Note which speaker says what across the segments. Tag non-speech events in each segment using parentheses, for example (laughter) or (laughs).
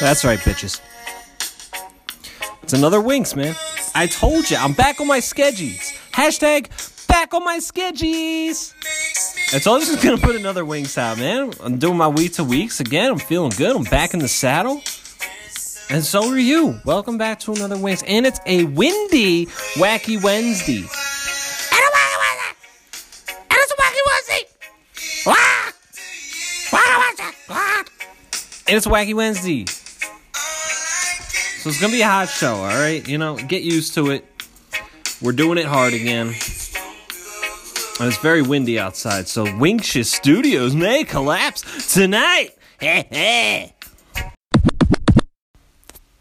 Speaker 1: That's right, bitches. It's another Winks, man. I told you, I'm back on my sketchies. Hashtag back on my sketchies. And so I'm just gonna put another Winks out, man. I'm doing my week to weeks again. I'm feeling good. I'm back in the saddle. And so are you. Welcome back to another Winks. And it's a windy, wacky Wednesday. And it's Wacky Wednesday. So it's gonna be a hot show, alright? You know, get used to it. We're doing it hard again. And it's very windy outside, so Winkshish Studios may collapse tonight. (laughs)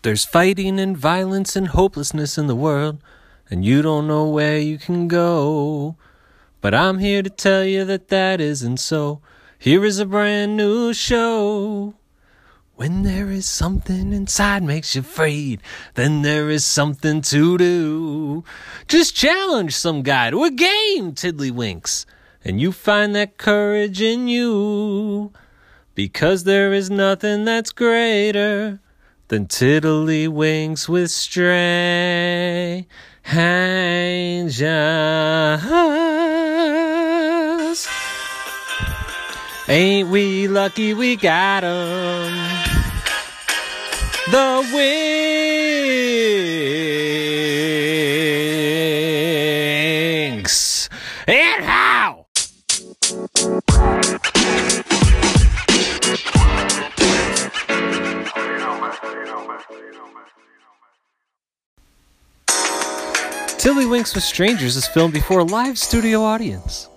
Speaker 1: There's fighting and violence and hopelessness in the world, and you don't know where you can go. But I'm here to tell you that that isn't so. Here is a brand new show. When there is something inside makes you afraid, then there is something to do. Just challenge some guy to a game, Tiddlywinks, and you find that courage in you. Because there is nothing that's greater than Tiddlywinks with Stray Angels. Ain't we lucky we got 'em? The wings. And how? Tilly Winks with Strangers is filmed before a live studio audience.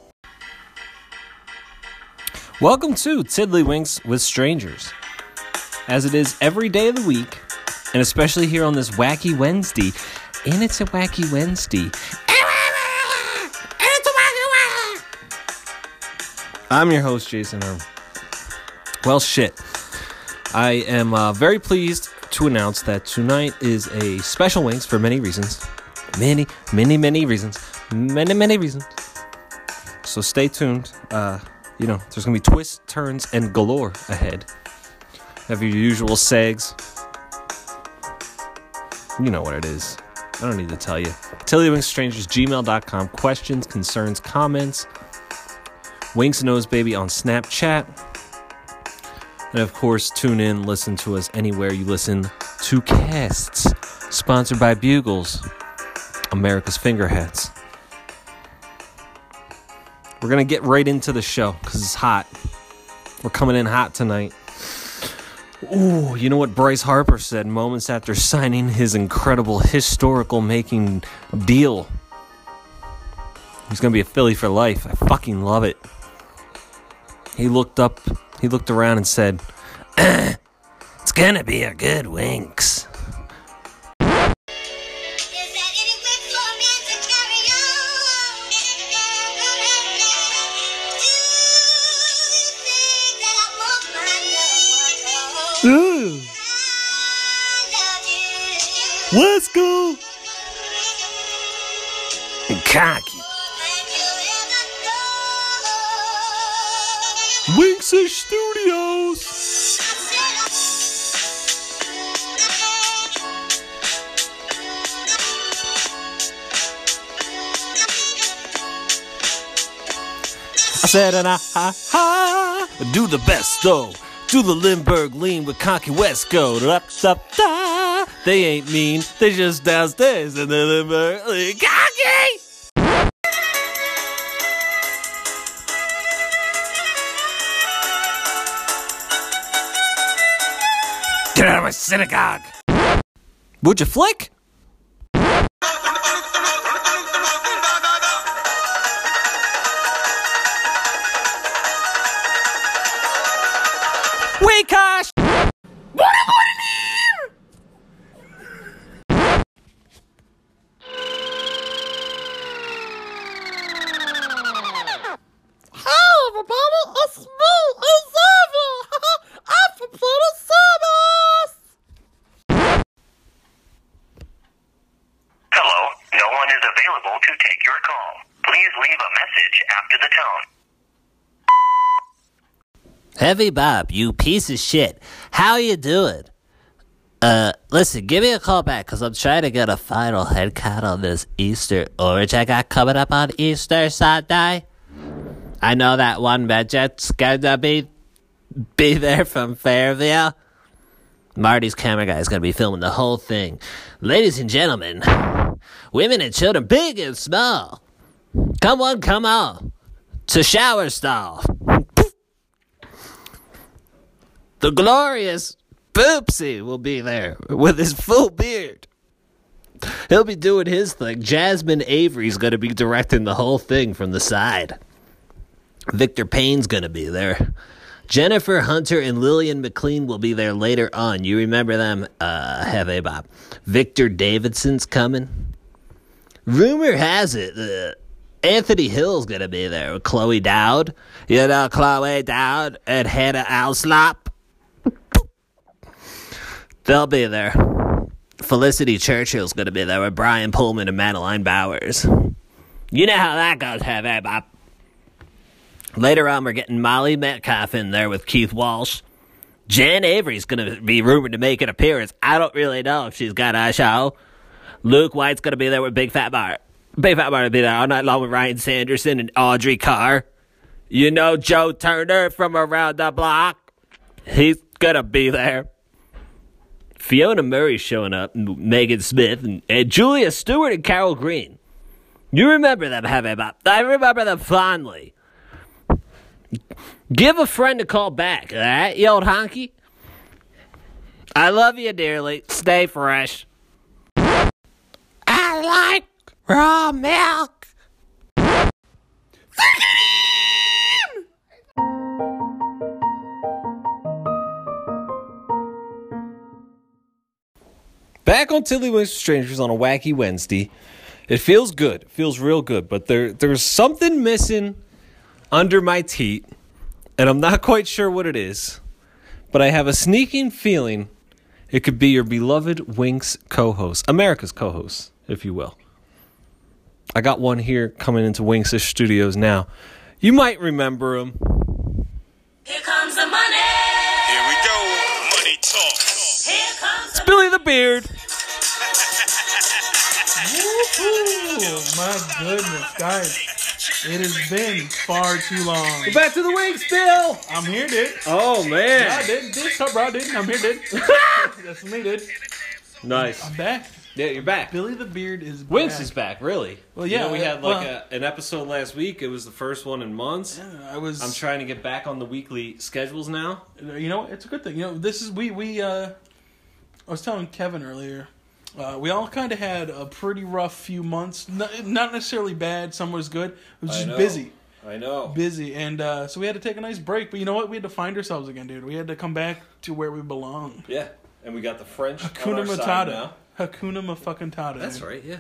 Speaker 1: Welcome to Tiddlywinks with Strangers. As it is every day of the week, and especially here on this wacky Wednesday, and it's a wacky Wednesday. I'm your host, Jason Elm. Well, shit. I am uh, very pleased to announce that tonight is a special Winks for many reasons. Many, many, many reasons. Many, many reasons. So stay tuned. Uh, you know, there's gonna be twists, turns, and galore ahead. Have your usual segs. You know what it is. I don't need to tell you. TillyWinksStrangers.gmail.com. Questions, concerns, comments. Winks Nose Baby on Snapchat. And of course, tune in, listen to us anywhere you listen to casts. Sponsored by Bugles, America's Fingerheads we're gonna get right into the show because it's hot. We're coming in hot tonight. Ooh, you know what Bryce Harper said moments after signing his incredible historical making deal? He's gonna be a Philly for life. I fucking love it. He looked up, he looked around and said, (clears throat) "Eh, It's gonna be a good Winks.
Speaker 2: Is there any way for me to carry on? Do you think that I won't mind? I love you.
Speaker 1: Let's go! Cocky.
Speaker 2: And you'll ever know.
Speaker 1: Winks Studios! I said, and I, I, I do the best though. Do the Lindbergh lean with Conky West go. Da, da, da. They ain't mean, they just downstairs in the Lindbergh lean. Conky! Get out of my synagogue! Would you flick? Winkosh!
Speaker 3: Hey, everybody, it's me, Xavier. (laughs) I'm from Planet Samus.
Speaker 4: Hello, no one is available to take your call. Please leave a message after the tone.
Speaker 5: Heavy Bob, you piece of shit. How you doing?
Speaker 1: Uh, listen, give me a call back because I'm trying to get a final head count on this Easter orange I got coming up on Easter Sunday. I know that one midget's gonna be be there from Fairview. Marty's camera guy is gonna be filming the whole thing. Ladies and gentlemen, women and children, big and small, come on, come on, to shower stall. The glorious Boopsy will be there with his full beard. He'll be doing his thing. Jasmine Avery's going to be directing the whole thing from the side. Victor Payne's going to be there. Jennifer Hunter and Lillian McLean will be there later on. You remember them, uh, have a Bob. Victor Davidson's coming. Rumor has it that Anthony Hill's going to be there with Chloe Dowd. You know, Chloe Dowd and Hannah Alslop. They'll be there. Felicity Churchill's gonna be there with Brian Pullman and Madeline Bowers. You know how that goes, have eh, Bob? Later on, we're getting Molly Metcalf in there with Keith Walsh. Jan Avery's gonna be rumored to make an appearance. I don't really know if she's got a show. Luke White's gonna be there with Big Fat Bart. Big Fat Bart will be there all night long with Ryan Sanderson and Audrey Carr. You know Joe Turner from around the block. He's gonna be there. Fiona Murray showing up, M- Megan Smith, and, and Julia Stewart and Carol Green. You remember them, have I? Bob? I remember them fondly. Give a friend a call back, all right, you old honky? I love you dearly. Stay fresh.
Speaker 6: I like raw milk.
Speaker 7: Back on Tilly Wings with Strangers on a wacky Wednesday. It feels good. It feels real good, but there there's something missing under my teat, and I'm not quite sure what it is. But I have a sneaking feeling it could be your beloved Winks co-host, America's co-host, if you will. I got one here coming into Winks' studios now. You might remember him.
Speaker 2: Here comes the money.
Speaker 4: Here we go. Money talk.
Speaker 2: Here comes the
Speaker 7: Billy the Beard.
Speaker 8: Oh my goodness, guys. It has been far too long.
Speaker 7: Back to the Winks, Bill.
Speaker 8: I'm here, dude.
Speaker 7: Oh
Speaker 8: I
Speaker 7: man,
Speaker 8: did this up, bro. I didn't. I'm here, dude. (laughs) That's me, dude.
Speaker 7: nice.
Speaker 8: I'm back.
Speaker 7: Yeah, you're back.
Speaker 8: Billy the Beard is
Speaker 7: Winks
Speaker 8: back.
Speaker 7: is back, really.
Speaker 8: Well,
Speaker 7: You
Speaker 8: yeah,
Speaker 7: know, we had like
Speaker 8: well-
Speaker 7: a, an episode last week. It was the first one in months.
Speaker 8: I was.
Speaker 7: I'm trying to get back on the weekly schedules now.
Speaker 8: You know, it's a good thing. You know, this is we we. uh I was telling Kevin earlier. Uh, we all kind of had a pretty rough few months. No, not necessarily bad. Some was good. It was
Speaker 7: I
Speaker 8: just
Speaker 7: know.
Speaker 8: busy.
Speaker 7: I know.
Speaker 8: busy and uh, so we had to take a nice break but you know what we had to find ourselves again dude we had to come back to where we belong
Speaker 7: Yeah, and we got the French on
Speaker 8: hakuna
Speaker 7: our side
Speaker 8: matata
Speaker 7: now.
Speaker 8: hakuna mafucking tata
Speaker 7: That's
Speaker 8: dude.
Speaker 7: right. Yeah,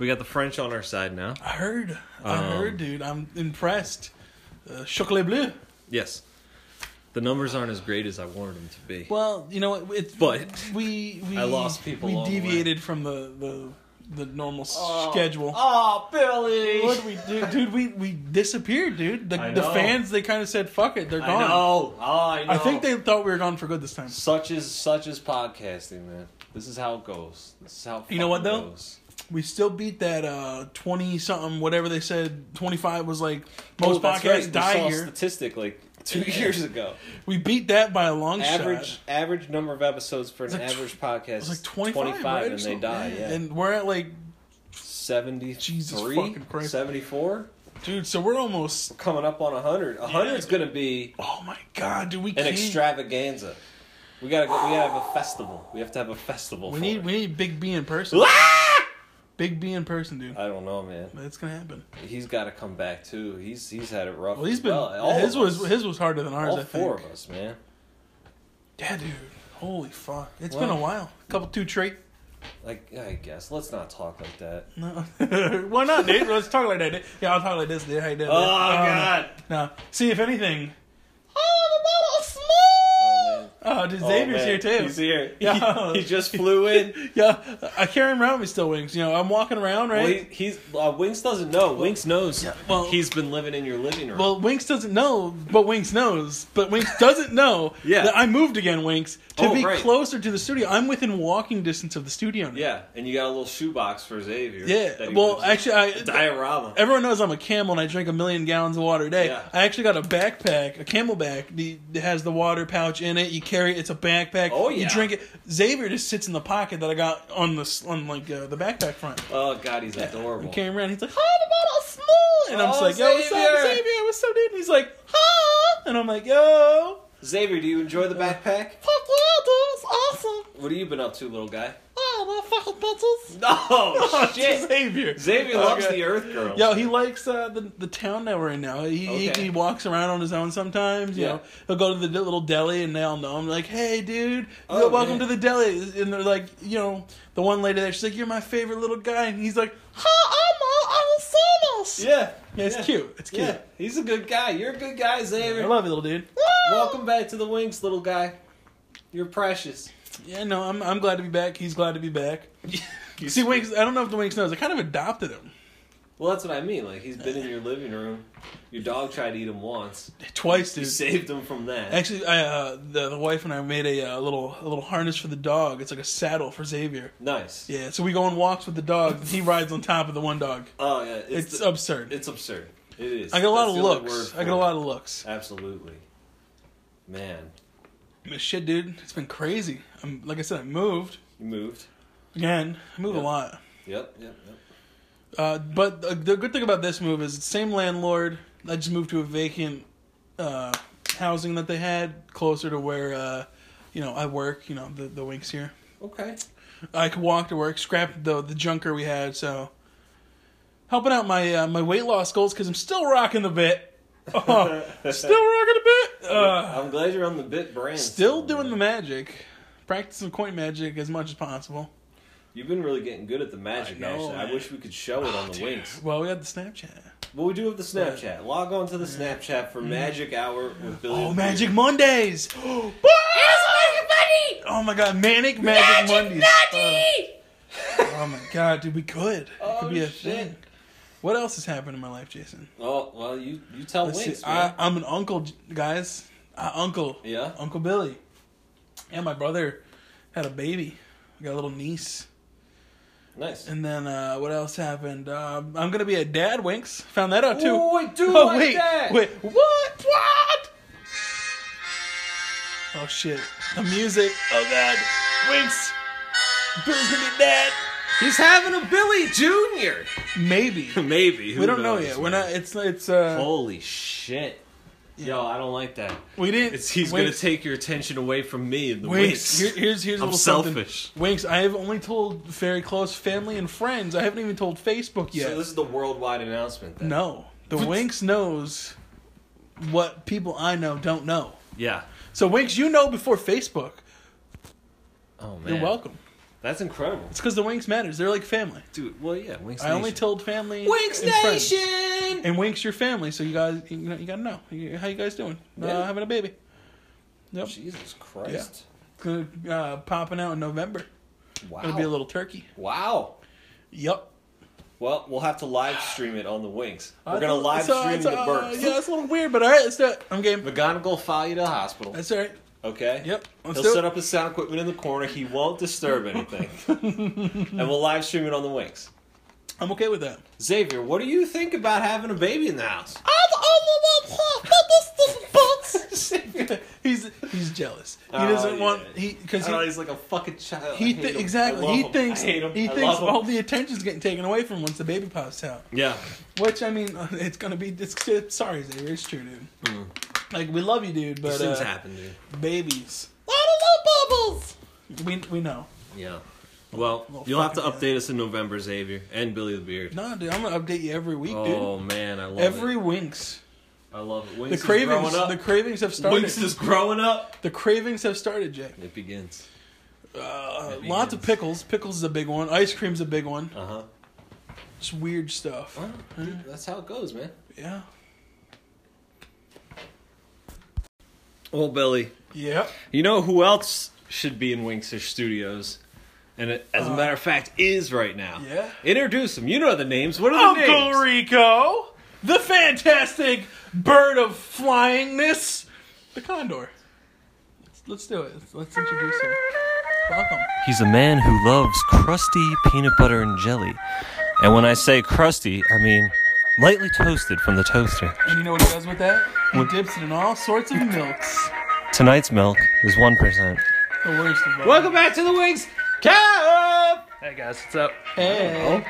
Speaker 7: we got the French on our side now.
Speaker 8: i heard i heard dude i'm impressed uh, chocolat bleu
Speaker 7: Yes, the numbers aren't as great as I wanted them to be.
Speaker 8: well you know what it's
Speaker 7: But
Speaker 8: we we
Speaker 7: I lost people
Speaker 8: we
Speaker 7: along the way.
Speaker 8: deviated from the the the normal schedule
Speaker 7: Oh, Billy!
Speaker 8: what we do dude we we disappeared dude the,
Speaker 7: I
Speaker 8: the
Speaker 7: know.
Speaker 8: fans they kind of said fuck it they're
Speaker 7: I
Speaker 8: gone
Speaker 7: know. Oh, I know.
Speaker 8: I think they thought we were gone for good this time
Speaker 7: such is such is podcasting, man. This is how it goes. This is how it
Speaker 8: You know what,
Speaker 7: fucking
Speaker 8: though?
Speaker 7: Goes.
Speaker 8: We still beat that uh twenty something, whatever they said. Twenty five was like most
Speaker 7: Oh, that's
Speaker 8: podcasts
Speaker 7: right. We saw
Speaker 8: die
Speaker 7: a
Speaker 8: here. (laughs)
Speaker 7: Statistic like two years ago.
Speaker 8: we beat that by a long
Speaker 7: Average
Speaker 8: shot.
Speaker 7: average number of episodes for an
Speaker 8: like tw-
Speaker 7: average podcast
Speaker 8: It was
Speaker 7: is
Speaker 8: like twenty five, right?
Speaker 7: and
Speaker 8: or
Speaker 7: they
Speaker 8: something.
Speaker 7: die. Yeah,
Speaker 8: and we're at like,
Speaker 7: seventy
Speaker 8: Jesus
Speaker 7: three,
Speaker 8: fucking Christ.
Speaker 7: seventy four,
Speaker 8: dude. So we're almost.
Speaker 7: coming up on hundred. hundred's gonna be
Speaker 8: Oh my god, dude. We
Speaker 7: an
Speaker 8: can't-
Speaker 7: extravaganza. We gotta go, we gotta have a festival. We have to have a festival.
Speaker 8: We
Speaker 7: for Ah!
Speaker 8: need
Speaker 7: it.
Speaker 8: we need Big B in person. Big B in person, dude.
Speaker 7: I don't know, man.
Speaker 8: That's gonna happen.
Speaker 7: He's got to come back too. He's he's had it rough.
Speaker 8: Well, he's
Speaker 7: as
Speaker 8: been.
Speaker 7: All
Speaker 8: his
Speaker 7: of
Speaker 8: was
Speaker 7: us.
Speaker 8: his was harder than ours.
Speaker 7: all
Speaker 8: I
Speaker 7: four
Speaker 8: think.
Speaker 7: of us, man.
Speaker 8: Yeah, dude. Holy fuck. It's been
Speaker 7: Well-
Speaker 8: a while. Couple two trait. (laughs)
Speaker 7: Like I guess let's not talk like that.
Speaker 8: No. Why not, dude? Let's talk like that. Dude. Yeah, I'll talk like this, dude. How you doing?
Speaker 7: Oh
Speaker 8: dude? Um, I don't know.
Speaker 7: God!
Speaker 8: No. See, if anything,
Speaker 7: Oh man.
Speaker 8: uh, No, (laughs) Xavier's
Speaker 7: man.
Speaker 8: here too. (laughs)
Speaker 7: He's here.
Speaker 8: Yeah.
Speaker 7: (laughs) He, he just
Speaker 8: (laughs)
Speaker 7: flew in.
Speaker 8: Yeah, I carry him around with me still wings. You know, I'm walking around,
Speaker 7: Well,
Speaker 8: right?
Speaker 7: he, he's uh, Winks doesn't know. Winks knows.
Speaker 8: well-
Speaker 7: he's been living in your living room.
Speaker 8: Well, Winks doesn't know, but Winks knows. But Winks doesn't know
Speaker 7: (laughs) Yeah.
Speaker 8: that I moved again, Winks, to
Speaker 7: Oh,
Speaker 8: be
Speaker 7: right.
Speaker 8: closer to the studio. I'm within walking distance of the studio now.
Speaker 7: yeah, and you got a little shoebox for Xavier.
Speaker 8: Yeah.
Speaker 7: that he
Speaker 8: Well,
Speaker 7: lives
Speaker 8: actually,
Speaker 7: in.
Speaker 8: I.
Speaker 7: diorama.
Speaker 8: Everyone knows I'm a camel and I drink a million gallons of water a day.
Speaker 7: Yeah.
Speaker 8: I actually got a backpack, a camelback the- that has the water pouch in it. You carry it; it's a backpack.
Speaker 7: Oh,
Speaker 8: You
Speaker 7: yeah.
Speaker 8: drink it. Xavier just sits in the pocket that I got on the s- on like uh, the backpack front.
Speaker 7: oh God, he's adorable.
Speaker 8: He came around. He's like, "Hi, the bottle small," and I'm just
Speaker 7: Oh,
Speaker 8: like, "Yo, what's up,
Speaker 7: Xavier."
Speaker 8: Xavier? What's up, dude?" And he's like, "Huh?" And I'm like, "Yo,
Speaker 7: Xavier, do you enjoy the backpack?
Speaker 8: fuck yeah, dude, it's awesome."
Speaker 7: What have you been up to,
Speaker 8: (laughs)
Speaker 7: little guy?
Speaker 8: Oh, my fucking pencils. (laughs)
Speaker 7: No
Speaker 8: It's
Speaker 7: Oh, shit.
Speaker 8: Xavier.
Speaker 7: Xavier loves
Speaker 8: Okay.
Speaker 7: the Earth Girl.
Speaker 8: Yo, he likes uh, the the town that we're in now. He,
Speaker 7: Okay.
Speaker 8: he he walks around on his own sometimes. You
Speaker 7: Yeah.
Speaker 8: know, he'll go to the d- little deli and they all know him. Like, hey, dude,
Speaker 7: Oh,
Speaker 8: yo, welcome
Speaker 7: man.
Speaker 8: to the deli. And they're like, you know, the one lady there, she's like, you're my favorite little guy, and he's like, hi, I'm Alessandro.
Speaker 7: yeah,
Speaker 8: Yeah, it's cute. It's cute.
Speaker 7: Yeah, he's a good guy. You're a good guy, Xavier.
Speaker 8: I love you, little dude.
Speaker 7: Welcome back to the Winks, little guy. You're precious.
Speaker 8: Yeah, no, I'm I'm glad to be back. He's glad to be back. See, Winks, I don't know if the Winks knows. I kind of adopted him
Speaker 7: Well, that's what I mean. Like he's been in your living room. Your dog tried to eat him once.
Speaker 8: twice,
Speaker 7: You
Speaker 8: dude.
Speaker 7: saved him from that.
Speaker 8: Actually, I, uh, the the wife and I made a uh, little a little harness for the dog. It's like a saddle for Xavier.
Speaker 7: nice.
Speaker 8: Yeah, so we go on walks with the dog. and He rides on top of the one dog.
Speaker 7: Oh yeah, it's
Speaker 8: It's
Speaker 7: the-
Speaker 8: absurd.
Speaker 7: it's absurd. It is.
Speaker 8: I get a lot
Speaker 7: That's
Speaker 8: of
Speaker 7: the only
Speaker 8: looks.
Speaker 7: word
Speaker 8: I
Speaker 7: for
Speaker 8: get a
Speaker 7: it.
Speaker 8: lot of looks.
Speaker 7: Absolutely, man.
Speaker 8: But Shit, dude, it's been crazy. I'm like I said, I moved
Speaker 7: You moved.
Speaker 8: again. I move
Speaker 7: Yeah.
Speaker 8: a lot.
Speaker 7: Yep, yep, yep.
Speaker 8: Uh, but the, the good thing about this move is it's same landlord. I just moved to a vacant uh, housing that they had closer to where uh, you know I work. You know the the winks here. (sighs)
Speaker 7: Okay.
Speaker 8: I could walk to work. Scrapped the the junker we had. So helping out my uh, my weight loss goals because I'm still rocking the bit. (laughs) Oh, still rocking the bit. Uh,
Speaker 7: I'm glad you're on the bit brand.
Speaker 8: still doing the magic. Practicing coin magic as much as possible.
Speaker 7: You've been really getting good at the magic.
Speaker 8: I know,
Speaker 7: actually, I
Speaker 8: man. Oh,
Speaker 7: wish we could show it on the Winks.
Speaker 8: Well, we had the Snapchat.
Speaker 7: Well, we do have the Snapchat. Log on to the Snapchat for Magic Hour with Billy.
Speaker 8: Mm. Oh,
Speaker 7: the
Speaker 8: Magic
Speaker 7: Beard.
Speaker 8: Mondays! (gasps) Boys! Oh my god, Manic Magic, Mondays! Uh, oh my god, dude, we could. it
Speaker 7: Oh,
Speaker 8: could be a
Speaker 7: shit.
Speaker 8: thing. What else has happened in my life, Jason?
Speaker 7: Oh, well, you you tell
Speaker 8: Let's
Speaker 7: Winks,
Speaker 8: see. I,
Speaker 7: man.
Speaker 8: I'm an uncle, j- guys. Uh, uncle.
Speaker 7: Yeah?
Speaker 8: Uncle Billy. And my brother had a baby. I got a little niece.
Speaker 7: nice.
Speaker 8: And then uh, what else happened? Uh, I'm gonna be a dad. Winks found that out too.
Speaker 7: Ooh, wait, do like
Speaker 8: Oh, wait,
Speaker 7: that.
Speaker 8: wait, what? What? Oh shit! The music. Oh god, Winks. Bill's gonna be dad.
Speaker 7: He's having a Billy Junior.
Speaker 8: Maybe.
Speaker 7: Maybe (laughs) who
Speaker 8: we don't know
Speaker 7: knows,
Speaker 8: yet. We're
Speaker 7: man.
Speaker 8: not. It's it's. uh
Speaker 7: Holy shit. Yo, I don't like that.
Speaker 8: We didn't.
Speaker 7: It's he's
Speaker 8: Winks-
Speaker 7: gonna take your attention away from me and the
Speaker 8: Winks,
Speaker 7: Winks.
Speaker 8: here, here's here's a
Speaker 7: I'm
Speaker 8: little
Speaker 7: selfish.
Speaker 8: something. Winks, I have only told very close family and friends. I haven't even told Facebook yet.
Speaker 7: So this is the worldwide announcement. Then.
Speaker 8: no, the Winks knows what people I know don't know.
Speaker 7: Yeah.
Speaker 8: So Winks, you know before Facebook.
Speaker 7: Oh man.
Speaker 8: You're welcome.
Speaker 7: That's incredible,
Speaker 8: It's because the Winks matters. They're like family.
Speaker 7: dude. Well, yeah. Winks.
Speaker 8: I only
Speaker 7: Nation.
Speaker 8: told family.
Speaker 7: Winks
Speaker 8: and friends.
Speaker 7: Nation.
Speaker 8: And Winks, your family. So you guys, you, know, you gotta know You- how you guys doing.
Speaker 7: Yeah.
Speaker 8: Uh, having a baby. Yep.
Speaker 7: Jesus Christ.
Speaker 8: Gonna, uh, popping out in November.
Speaker 7: Wow.
Speaker 8: Gonna be a little turkey.
Speaker 7: Wow.
Speaker 8: Yep.
Speaker 7: Well, we'll have to live stream it on the Winks. We're
Speaker 8: I
Speaker 7: gonna
Speaker 8: thought-
Speaker 7: live
Speaker 8: so-
Speaker 7: stream
Speaker 8: so-
Speaker 7: the
Speaker 8: uh,
Speaker 7: birth.
Speaker 8: yeah, that's a little weird, but all right, let's do it. I'm game.
Speaker 7: McGonagall file you to the hospital.
Speaker 8: That's all right.
Speaker 7: Okay.
Speaker 8: Yep, let's
Speaker 7: He'll
Speaker 8: do
Speaker 7: set
Speaker 8: it.
Speaker 7: up his sound equipment in the corner. He won't
Speaker 8: (laughs)
Speaker 7: disturb anything, and we'll live stream it on the Winks.
Speaker 8: I'm okay with that.
Speaker 7: Xavier, what do you think about having a baby in the house?
Speaker 8: (laughs) he's he's jealous. He
Speaker 7: Oh,
Speaker 8: doesn't
Speaker 7: yeah.
Speaker 8: want he because
Speaker 7: Oh,
Speaker 8: he,
Speaker 7: he's like a fucking child. I
Speaker 8: he
Speaker 7: hate
Speaker 8: thi-
Speaker 7: him.
Speaker 8: exactly
Speaker 7: I love
Speaker 8: he
Speaker 7: him. I
Speaker 8: thinks
Speaker 7: hate him.
Speaker 8: he
Speaker 7: I
Speaker 8: thinks
Speaker 7: love him.
Speaker 8: all the attention's getting taken away from him once the baby pops out.
Speaker 7: yeah.
Speaker 8: Which I mean, (laughs) it's gonna be it's, it's sorry, Xavier, it's true, dude. Like we love you, dude, but
Speaker 7: Hmm. These things
Speaker 8: uh,
Speaker 7: happen, dude.
Speaker 8: babies,
Speaker 3: Bubbles!
Speaker 8: we we know.
Speaker 7: Yeah. Well,
Speaker 8: Little
Speaker 7: you'll have to
Speaker 8: fucking
Speaker 7: update us in November, Xavier, and Billy the Beard.
Speaker 8: Nah, dude, I'm gonna update you every week,
Speaker 7: oh man, I love
Speaker 8: dude. Every
Speaker 7: it.
Speaker 8: winks,
Speaker 7: I love it. Winks
Speaker 8: the
Speaker 7: is
Speaker 8: cravings,
Speaker 7: growing up.
Speaker 8: the cravings have started.
Speaker 7: Winks is growing up.
Speaker 8: The cravings have started, Jay.
Speaker 7: It begins.
Speaker 8: Uh, lots of pickles. Pickles is a big one. Ice cream's a big one.
Speaker 7: Uh huh.
Speaker 8: It's weird stuff.
Speaker 7: That's how it goes, man.
Speaker 8: Yeah.
Speaker 7: Old Billy.
Speaker 8: Yep.
Speaker 7: You know who else should be in Winksish Studios? And it, as
Speaker 9: Uh,
Speaker 7: a matter of fact, is right now.
Speaker 8: yeah?
Speaker 7: Introduce them. You know the names. What are the names?
Speaker 8: Uncle Rico, the fantastic bird of flyingness, the condor. Let's, let's do it. Let's, let's introduce him. Welcome.
Speaker 1: He's a man who loves crusty peanut butter and jelly. And when I say crusty, I mean lightly toasted from the toaster.
Speaker 8: And you know what he does with that? He dips it in all sorts of milks.
Speaker 1: Tonight's milk is 1%.
Speaker 8: The worst of all.
Speaker 7: Welcome back to the Wings Cup!
Speaker 9: Hey guys, what's up?
Speaker 8: Hey.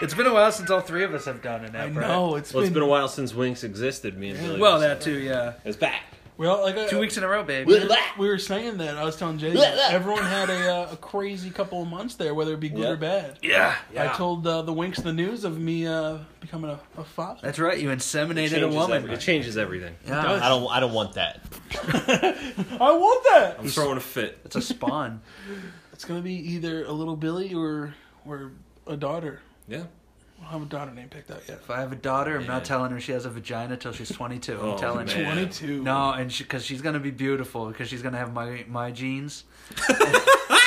Speaker 9: It's been a while since all three of us have done an
Speaker 8: I
Speaker 9: app,
Speaker 8: know it's
Speaker 7: Well,
Speaker 8: been,
Speaker 7: it's been a while since Winks existed, me and Billy.
Speaker 9: Well,
Speaker 7: was-
Speaker 9: Oh, that too, yeah.
Speaker 7: It's back.
Speaker 8: well, like I,
Speaker 9: Two weeks in a row, baby.
Speaker 7: We're back.
Speaker 8: (laughs) We were saying that I was telling (laughs) Jay that everyone had a, uh, a crazy couple of months there, whether it be good
Speaker 7: Yeah.
Speaker 8: or bad.
Speaker 9: Yeah.
Speaker 8: I told uh, the Winks the news of me uh, becoming a, a father.
Speaker 9: That's right. You inseminated a
Speaker 7: Changes
Speaker 9: woman.
Speaker 7: every- it changes everything.
Speaker 9: Yeah.
Speaker 7: I don't. I don't want that.
Speaker 8: I want that.
Speaker 7: I'm throwing a fit.
Speaker 9: It's a spawn.
Speaker 8: It's gonna be either a little Billy or or a daughter.
Speaker 7: Yeah.
Speaker 8: I don't have a daughter name picked out yet.
Speaker 9: if I have a daughter, I'm
Speaker 7: Man.
Speaker 9: not telling her she has a vagina till she's 22. I'm
Speaker 7: Oh,
Speaker 9: telling
Speaker 7: man.
Speaker 9: you.
Speaker 7: Yeah.
Speaker 8: Twenty-two.
Speaker 9: No, and she because she's gonna be beautiful because she's gonna have my my genes.
Speaker 8: So, uh,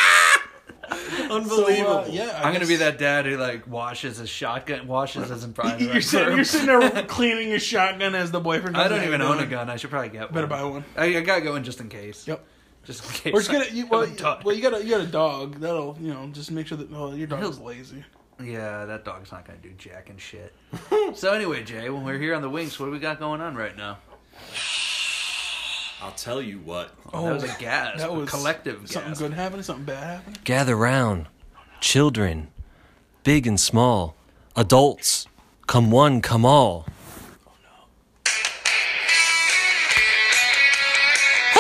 Speaker 7: Unbelievable.
Speaker 8: yeah, I
Speaker 9: I'm gonna
Speaker 8: guess-
Speaker 9: be that dad who like washes his shotgun, washes his in private.
Speaker 8: (laughs)
Speaker 9: (laughs)
Speaker 8: You're sitting, you're sitting there cleaning your shotgun as the boyfriend.
Speaker 9: I
Speaker 8: comes
Speaker 9: don't
Speaker 8: in.
Speaker 9: even own a gun. I should probably get one.
Speaker 8: Better buy one.
Speaker 9: I, I gotta go in just in case.
Speaker 8: Yep.
Speaker 9: Just in case.
Speaker 8: We're just gonna. You, well,
Speaker 9: (laughs) I'm done.
Speaker 8: well, you got a you got a dog. That'll you know just make sure that well your dog's
Speaker 9: He'll-
Speaker 8: lazy.
Speaker 9: Yeah, that dog's not gonna do jack
Speaker 8: (laughs)
Speaker 9: and shit. so anyway, Jay, when we're here on the Winks, what do we got going on right now?
Speaker 7: I'll tell you what.
Speaker 8: Oh,
Speaker 9: that was a gas.
Speaker 8: that
Speaker 9: a
Speaker 8: was
Speaker 9: collective
Speaker 8: Something
Speaker 9: gas.
Speaker 8: good happened. Something bad happened.
Speaker 1: Gather round, children, big and small, adults, come one, come all. Hey,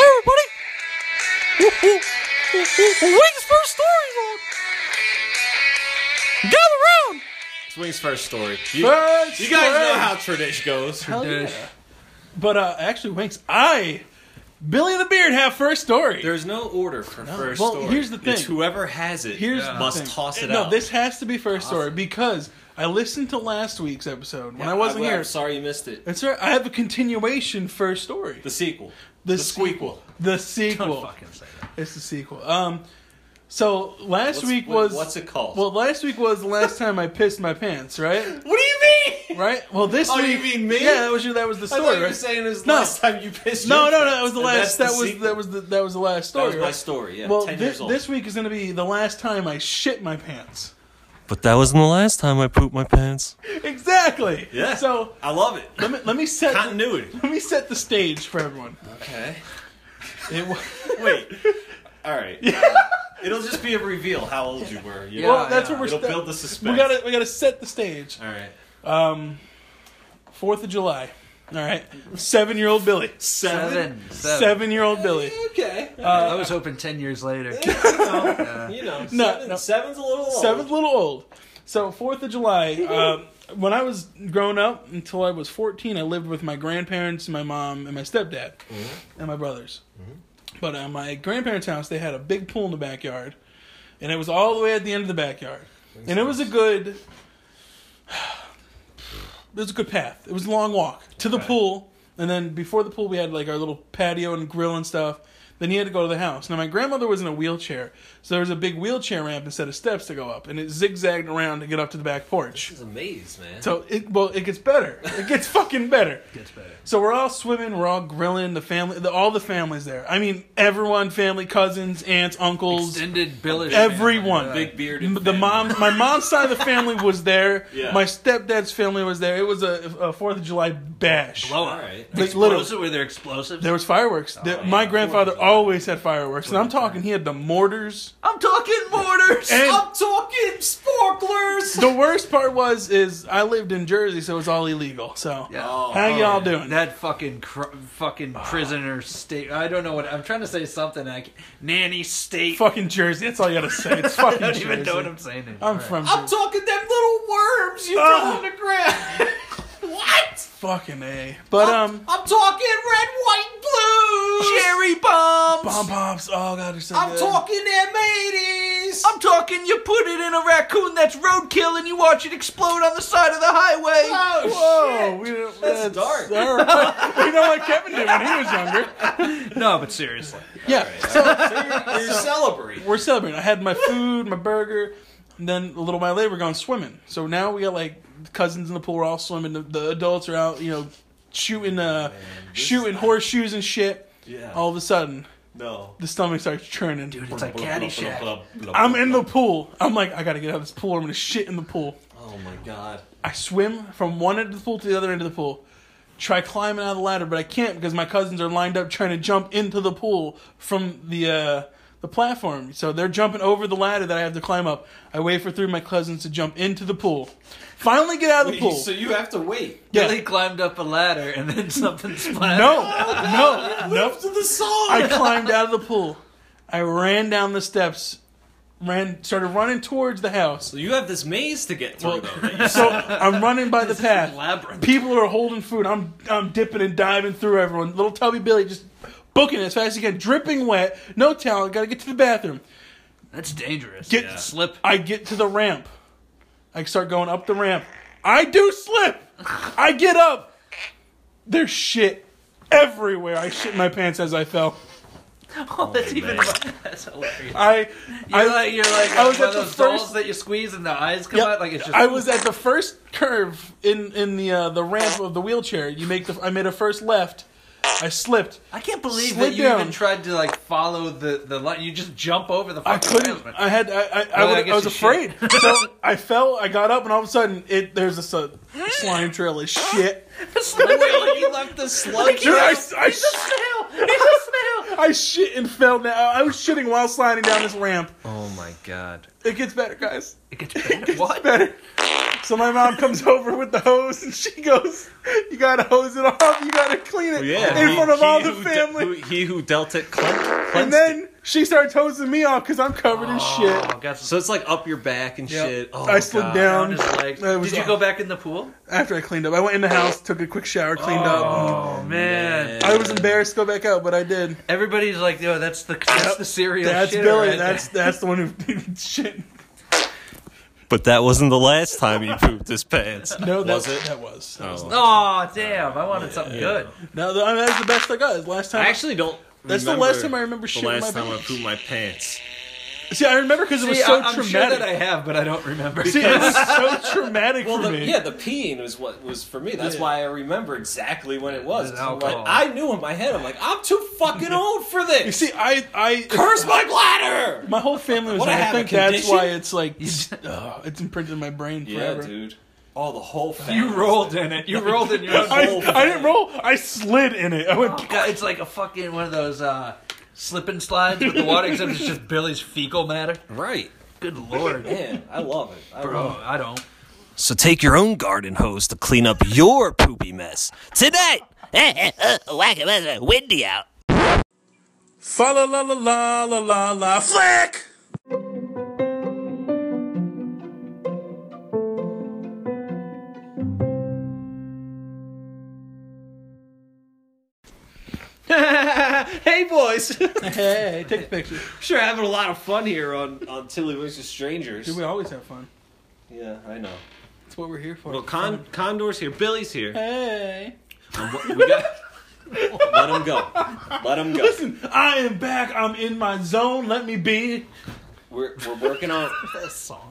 Speaker 1: everybody! Woo-hoo. Woo-hoo. Wings first story log. Gather round.
Speaker 7: It's Wings' first story. You,
Speaker 8: First
Speaker 7: you guys know
Speaker 8: story.
Speaker 7: how tradition goes.
Speaker 9: Dish.
Speaker 8: But uh, actually, Winks, I Billy the Beard have first story.
Speaker 7: There's no order for first
Speaker 8: Well,
Speaker 7: story.
Speaker 8: here's the thing.
Speaker 7: It's whoever has it
Speaker 8: Here's the
Speaker 7: must
Speaker 8: thing.
Speaker 7: toss it
Speaker 8: no,
Speaker 7: out.
Speaker 8: this has to be first story because I listened to last week's episode when I wasn't
Speaker 7: I'm
Speaker 8: here.
Speaker 7: sorry you missed it.
Speaker 8: That's right. I have a continuation first story.
Speaker 7: The sequel.
Speaker 8: The
Speaker 7: squeakquel.
Speaker 8: The
Speaker 9: Don't
Speaker 8: sequel.
Speaker 9: fucking say that.
Speaker 8: It's the sequel. Um, so last
Speaker 7: What's-
Speaker 8: week
Speaker 7: wait,
Speaker 8: was
Speaker 7: what's it called?
Speaker 8: Well, last week was the last time I pissed my pants,
Speaker 7: (laughs)
Speaker 8: right?
Speaker 7: What do you mean?
Speaker 8: Right. Well, this
Speaker 7: Oh,
Speaker 8: week.
Speaker 7: you mean me?
Speaker 8: Yeah, that was your, that was the
Speaker 7: I
Speaker 8: story.
Speaker 7: thought you were
Speaker 8: right?
Speaker 7: saying it was
Speaker 8: No.
Speaker 7: last time you pissed.
Speaker 8: no,
Speaker 7: your
Speaker 8: no,
Speaker 7: pants,
Speaker 8: that was the
Speaker 7: and
Speaker 8: last. That
Speaker 7: that's
Speaker 8: was
Speaker 7: sequel.
Speaker 8: that was the that was the last
Speaker 7: That
Speaker 8: story.
Speaker 7: was my
Speaker 8: right?
Speaker 7: story. Yeah,
Speaker 8: Well,
Speaker 7: ten
Speaker 8: this
Speaker 7: years old.
Speaker 8: this week is going to be the last time I shit my pants.
Speaker 1: But that wasn't the last time I pooped my pants.
Speaker 8: Exactly.
Speaker 7: yeah.
Speaker 8: So
Speaker 7: I love it.
Speaker 8: let me let me set the-
Speaker 7: Continuity.
Speaker 8: (laughs) Let me set the stage for everyone.
Speaker 7: Okay.
Speaker 8: (laughs) It wa-
Speaker 7: (laughs) Wait. All right. (laughs) It'll just be a reveal how old you were. You
Speaker 8: well, that's
Speaker 9: yeah.
Speaker 8: what we're.
Speaker 7: It'll
Speaker 8: sta-
Speaker 7: build the suspense.
Speaker 8: We gotta we gotta set the stage.
Speaker 7: All right.
Speaker 8: Fourth of July. All right. Seven year old Billy.
Speaker 7: Seven.
Speaker 9: Seven. Seven.
Speaker 8: Seven year old Billy.
Speaker 7: Okay.
Speaker 8: uh,
Speaker 9: I was hoping ten years (laughs) later.
Speaker 7: you know,
Speaker 8: No,
Speaker 7: seven,
Speaker 8: no.
Speaker 7: seven's a little old.
Speaker 8: Seven's a little old. So Fourth of
Speaker 7: (laughs)
Speaker 8: July. Um, when I was grown up until I was fourteen, I lived with my grandparents, my mom, and my stepdad,
Speaker 7: Mm-hmm.
Speaker 8: and my brothers. But at my grandparents' house, they had a big pool in the backyard, and it was all the way at the end of the backyard, and it was a good. It was a good path. It was a long walk to the pool, and then before the pool, we had like our little patio and grill and stuff. Then you had to go to the house. Now my grandmother was in a wheelchair, so there was a big wheelchair ramp instead of steps to go up, and it zigzagged around to get up to the back porch.
Speaker 7: I was amazed, man.
Speaker 8: So it well, it gets better. It gets (laughs) fucking better.
Speaker 9: It's better.
Speaker 8: So we're all swimming, we're all grilling. The family, the, all the families there. I mean, everyone, family, cousins, aunts, uncles,
Speaker 9: Extended Billish.
Speaker 8: everyone.
Speaker 7: Big beard.
Speaker 8: M- The mom, my mom's side of the family was
Speaker 9: (laughs)
Speaker 8: there.
Speaker 7: Yeah.
Speaker 8: My stepdad's family was there. It was a, a Fourth of July bash.
Speaker 9: Blow
Speaker 7: All
Speaker 9: up.
Speaker 7: right.
Speaker 8: Like,
Speaker 9: Explosive? Oh, Were there explosives?
Speaker 8: There was fireworks. The-
Speaker 7: yeah.
Speaker 8: My grandfather always had fireworks, and I'm talking. He had the mortars.
Speaker 9: I'm talking mortars.
Speaker 8: And-
Speaker 9: I'm talking sparklers.
Speaker 8: The worst part was is I lived in Jersey, so it was all illegal. So
Speaker 9: Yeah.
Speaker 8: how y'all doing?
Speaker 9: Oh.
Speaker 8: Ah.
Speaker 9: That fucking cr- fucking prisoner state. I don't know what I'm trying to say. Something like nanny state.
Speaker 8: fucking Jersey. That's all you gotta say. It's
Speaker 9: (laughs) I
Speaker 8: fucking
Speaker 9: don't
Speaker 8: Jersey.
Speaker 9: even know what I'm saying. anymore.
Speaker 8: I'm from Jersey.
Speaker 7: talking them little worms you
Speaker 8: Ah.
Speaker 7: the ground. what?
Speaker 8: Fucking a. But um,
Speaker 7: I'm talking red, white,
Speaker 8: blues.
Speaker 9: Cherry bombs.
Speaker 8: Bomb pops. Oh god, they're so
Speaker 9: I'm
Speaker 8: good.
Speaker 9: talking them 80s. I'm talking you put it in a raccoon that's roadkill and you watch it explode on the side of the highway.
Speaker 8: Whoa, we didn't, that's, dark. (laughs) you know what Kevin did when he was younger.
Speaker 9: (laughs) No, but seriously.
Speaker 8: Yeah,
Speaker 7: You're celebrating.
Speaker 8: we're celebrating. I had my food, my burger, and then a little while later we're going swimming. So now we got like cousins in the pool, we're all swimming. The, the adults are out, you know, shooting, uh, shooting horseshoes and shit.
Speaker 7: Yeah.
Speaker 8: All of a sudden,
Speaker 7: No.
Speaker 8: the stomach starts churning.
Speaker 9: Dude, it's like Caddyshack.
Speaker 8: I'm in the pool. I'm like, I gotta get out of this pool. I'm gonna shit in the pool.
Speaker 7: Oh my god.
Speaker 8: I swim from one end of the pool to the other end of the pool. Try climbing out of the ladder, but I can't because my cousins are lined up trying to jump into the pool from the uh, the platform. So they're jumping over the ladder that I have to climb up. I wait for three of my cousins to jump into the pool. Finally, get out of the pool.
Speaker 7: So you have to wait.
Speaker 8: Yeah.
Speaker 9: Billy climbed up a ladder and then (laughs) something splattered.
Speaker 8: No, no, no.
Speaker 7: To the song.
Speaker 8: I climbed out of the pool. I ran down the steps, ran, started running towards the house.
Speaker 7: So you have this maze to get through
Speaker 8: (laughs)
Speaker 7: though. that you-
Speaker 8: So I'm running by the path.
Speaker 9: Labyrinth.
Speaker 8: People are holding food. I'm I'm dipping and diving through everyone. Little tubby Billy just booking it as fast as he can, dripping wet, no towel. Got to get to the bathroom.
Speaker 9: That's dangerous.
Speaker 8: Get-
Speaker 9: Yeah. Slip.
Speaker 8: I get to the ramp. I start going up the ramp. I do slip. I get up. There's shit everywhere. I shit my pants as I fell.
Speaker 9: Oh, (laughs) that's even. (laughs) That's hilarious.
Speaker 8: I I
Speaker 9: You're like, you're like
Speaker 8: I was
Speaker 9: one
Speaker 8: at
Speaker 9: of
Speaker 8: the
Speaker 9: those dolls
Speaker 8: first-
Speaker 9: that you squeeze and the eyes come
Speaker 8: Yep.
Speaker 9: out. Like it's just.
Speaker 8: I was at the first curve in in the uh, the ramp of the wheelchair. You make the I made a first left. I slipped.
Speaker 9: I can't believe
Speaker 8: Slid
Speaker 9: that you
Speaker 8: down.
Speaker 9: even tried to like follow the the line. You just jump over the.
Speaker 8: I
Speaker 9: fucking
Speaker 8: couldn't.
Speaker 9: (laughs) rails, man.
Speaker 8: I had. I. I, I,
Speaker 9: Well,
Speaker 8: would-
Speaker 9: I
Speaker 8: I was
Speaker 9: guess you should. (laughs)
Speaker 8: afraid. so I fell. I got up, and all of a sudden, it there's this uh, slime trail of
Speaker 9: (laughs)
Speaker 8: shit.
Speaker 9: Literally, you left
Speaker 8: (laughs)
Speaker 9: the sludge.
Speaker 8: Dude, I,
Speaker 9: out.
Speaker 8: I,
Speaker 9: He's a snail. He's a snail.
Speaker 8: I shit and fell down. I was shitting while sliding down this ramp.
Speaker 7: oh my god.
Speaker 8: It gets better, guys.
Speaker 9: It gets better. What?
Speaker 8: Better. So my mom comes over with the hose, and she goes, "You gotta hose it off. You gotta clean it in
Speaker 7: Oh, he-
Speaker 8: front of
Speaker 7: he
Speaker 8: all the
Speaker 7: who de-
Speaker 8: family."
Speaker 7: who- he who dealt it clen-
Speaker 8: and
Speaker 7: cleansed it.
Speaker 8: then she starts hosing me off because I'm covered in shit.
Speaker 9: Oh, got some
Speaker 7: So it's like up your back and
Speaker 8: Yep.
Speaker 7: shit. Oh,
Speaker 8: I slid
Speaker 7: God.
Speaker 8: down.
Speaker 9: on his leg.
Speaker 8: That was
Speaker 9: Did you
Speaker 8: awful.
Speaker 9: go back in the pool?
Speaker 8: After I cleaned up, I went in the house, took a quick shower, cleaned up.
Speaker 9: Oh man.
Speaker 8: I was embarrassed to go back out, but I did.
Speaker 9: Everybody's like, yo, that's the that's
Speaker 8: Yep.
Speaker 9: the serial.
Speaker 8: That's
Speaker 9: shitter
Speaker 8: Billy.
Speaker 9: right
Speaker 8: that's that's the one who shit.
Speaker 1: But that wasn't the last time he pooped his pants.
Speaker 8: No, that
Speaker 7: Was it?
Speaker 8: That was. That was
Speaker 7: Oh.
Speaker 9: there. Oh damn! I wanted something good.
Speaker 8: no, that, I mean, that's the best I got. Is last time.
Speaker 7: I actually don't.
Speaker 8: That's the
Speaker 7: remember
Speaker 8: last time I remember shit
Speaker 7: The
Speaker 8: in my
Speaker 7: last time I
Speaker 8: pants.
Speaker 7: pooped my pants.
Speaker 8: see, I remember because it was
Speaker 9: See,
Speaker 8: so
Speaker 9: I, I'm
Speaker 8: traumatic.
Speaker 9: sure that I have, but I don't remember.
Speaker 8: see, it was so
Speaker 7: (laughs)
Speaker 8: traumatic for
Speaker 7: Well, the,
Speaker 8: me.
Speaker 7: yeah, the peeing was what was for me. That's
Speaker 8: Yeah.
Speaker 7: why I remember exactly when it was.
Speaker 9: It was
Speaker 7: 'Cause I'm like,
Speaker 9: alcohol.
Speaker 7: I knew in my head, I'm like, I'm too
Speaker 8: (laughs)
Speaker 7: fucking old for
Speaker 8: You
Speaker 7: this.
Speaker 8: see, I
Speaker 7: (laughs)
Speaker 8: I
Speaker 7: Curse my bladder!
Speaker 8: my whole family was.
Speaker 7: What, I
Speaker 8: there. I
Speaker 7: have a
Speaker 8: think that's
Speaker 7: condition?
Speaker 8: why it's like (laughs) ugh, it's imprinted in my brain
Speaker 7: Yeah,
Speaker 8: forever.
Speaker 7: dude. Oh, the whole family.
Speaker 9: (laughs) You rolled in
Speaker 8: (laughs)
Speaker 9: it. You rolled in your own
Speaker 8: I,
Speaker 9: pool.
Speaker 7: Oh,
Speaker 8: I didn't roll. I slid in it. I went.
Speaker 9: God, it's like a fucking one of those uh, slip and slides with the water, except it's just Billy's fecal matter.
Speaker 7: Right.
Speaker 9: Good lord,
Speaker 7: Man, I love it. I
Speaker 9: bro,
Speaker 7: love
Speaker 9: I don't.
Speaker 1: So take your own garden hose to clean up your poopy mess
Speaker 7: (laughs)
Speaker 1: tonight.
Speaker 5: Windy out.
Speaker 8: Fa la la la la la la la flick. (laughs)
Speaker 7: hey, boys.
Speaker 8: Hey, take a picture.
Speaker 7: (laughs) sure, having a lot of fun here on, on Tilly Wings with Strangers.
Speaker 8: Dude, we always have fun.
Speaker 7: Yeah, I know.
Speaker 8: That's what we're here for.
Speaker 7: Well, con- Condor's here. Billy's here.
Speaker 8: hey.
Speaker 7: We got- Let him go. Let him go.
Speaker 8: Listen, I am back. I'm in my zone. Let me be.
Speaker 7: We're, we're working on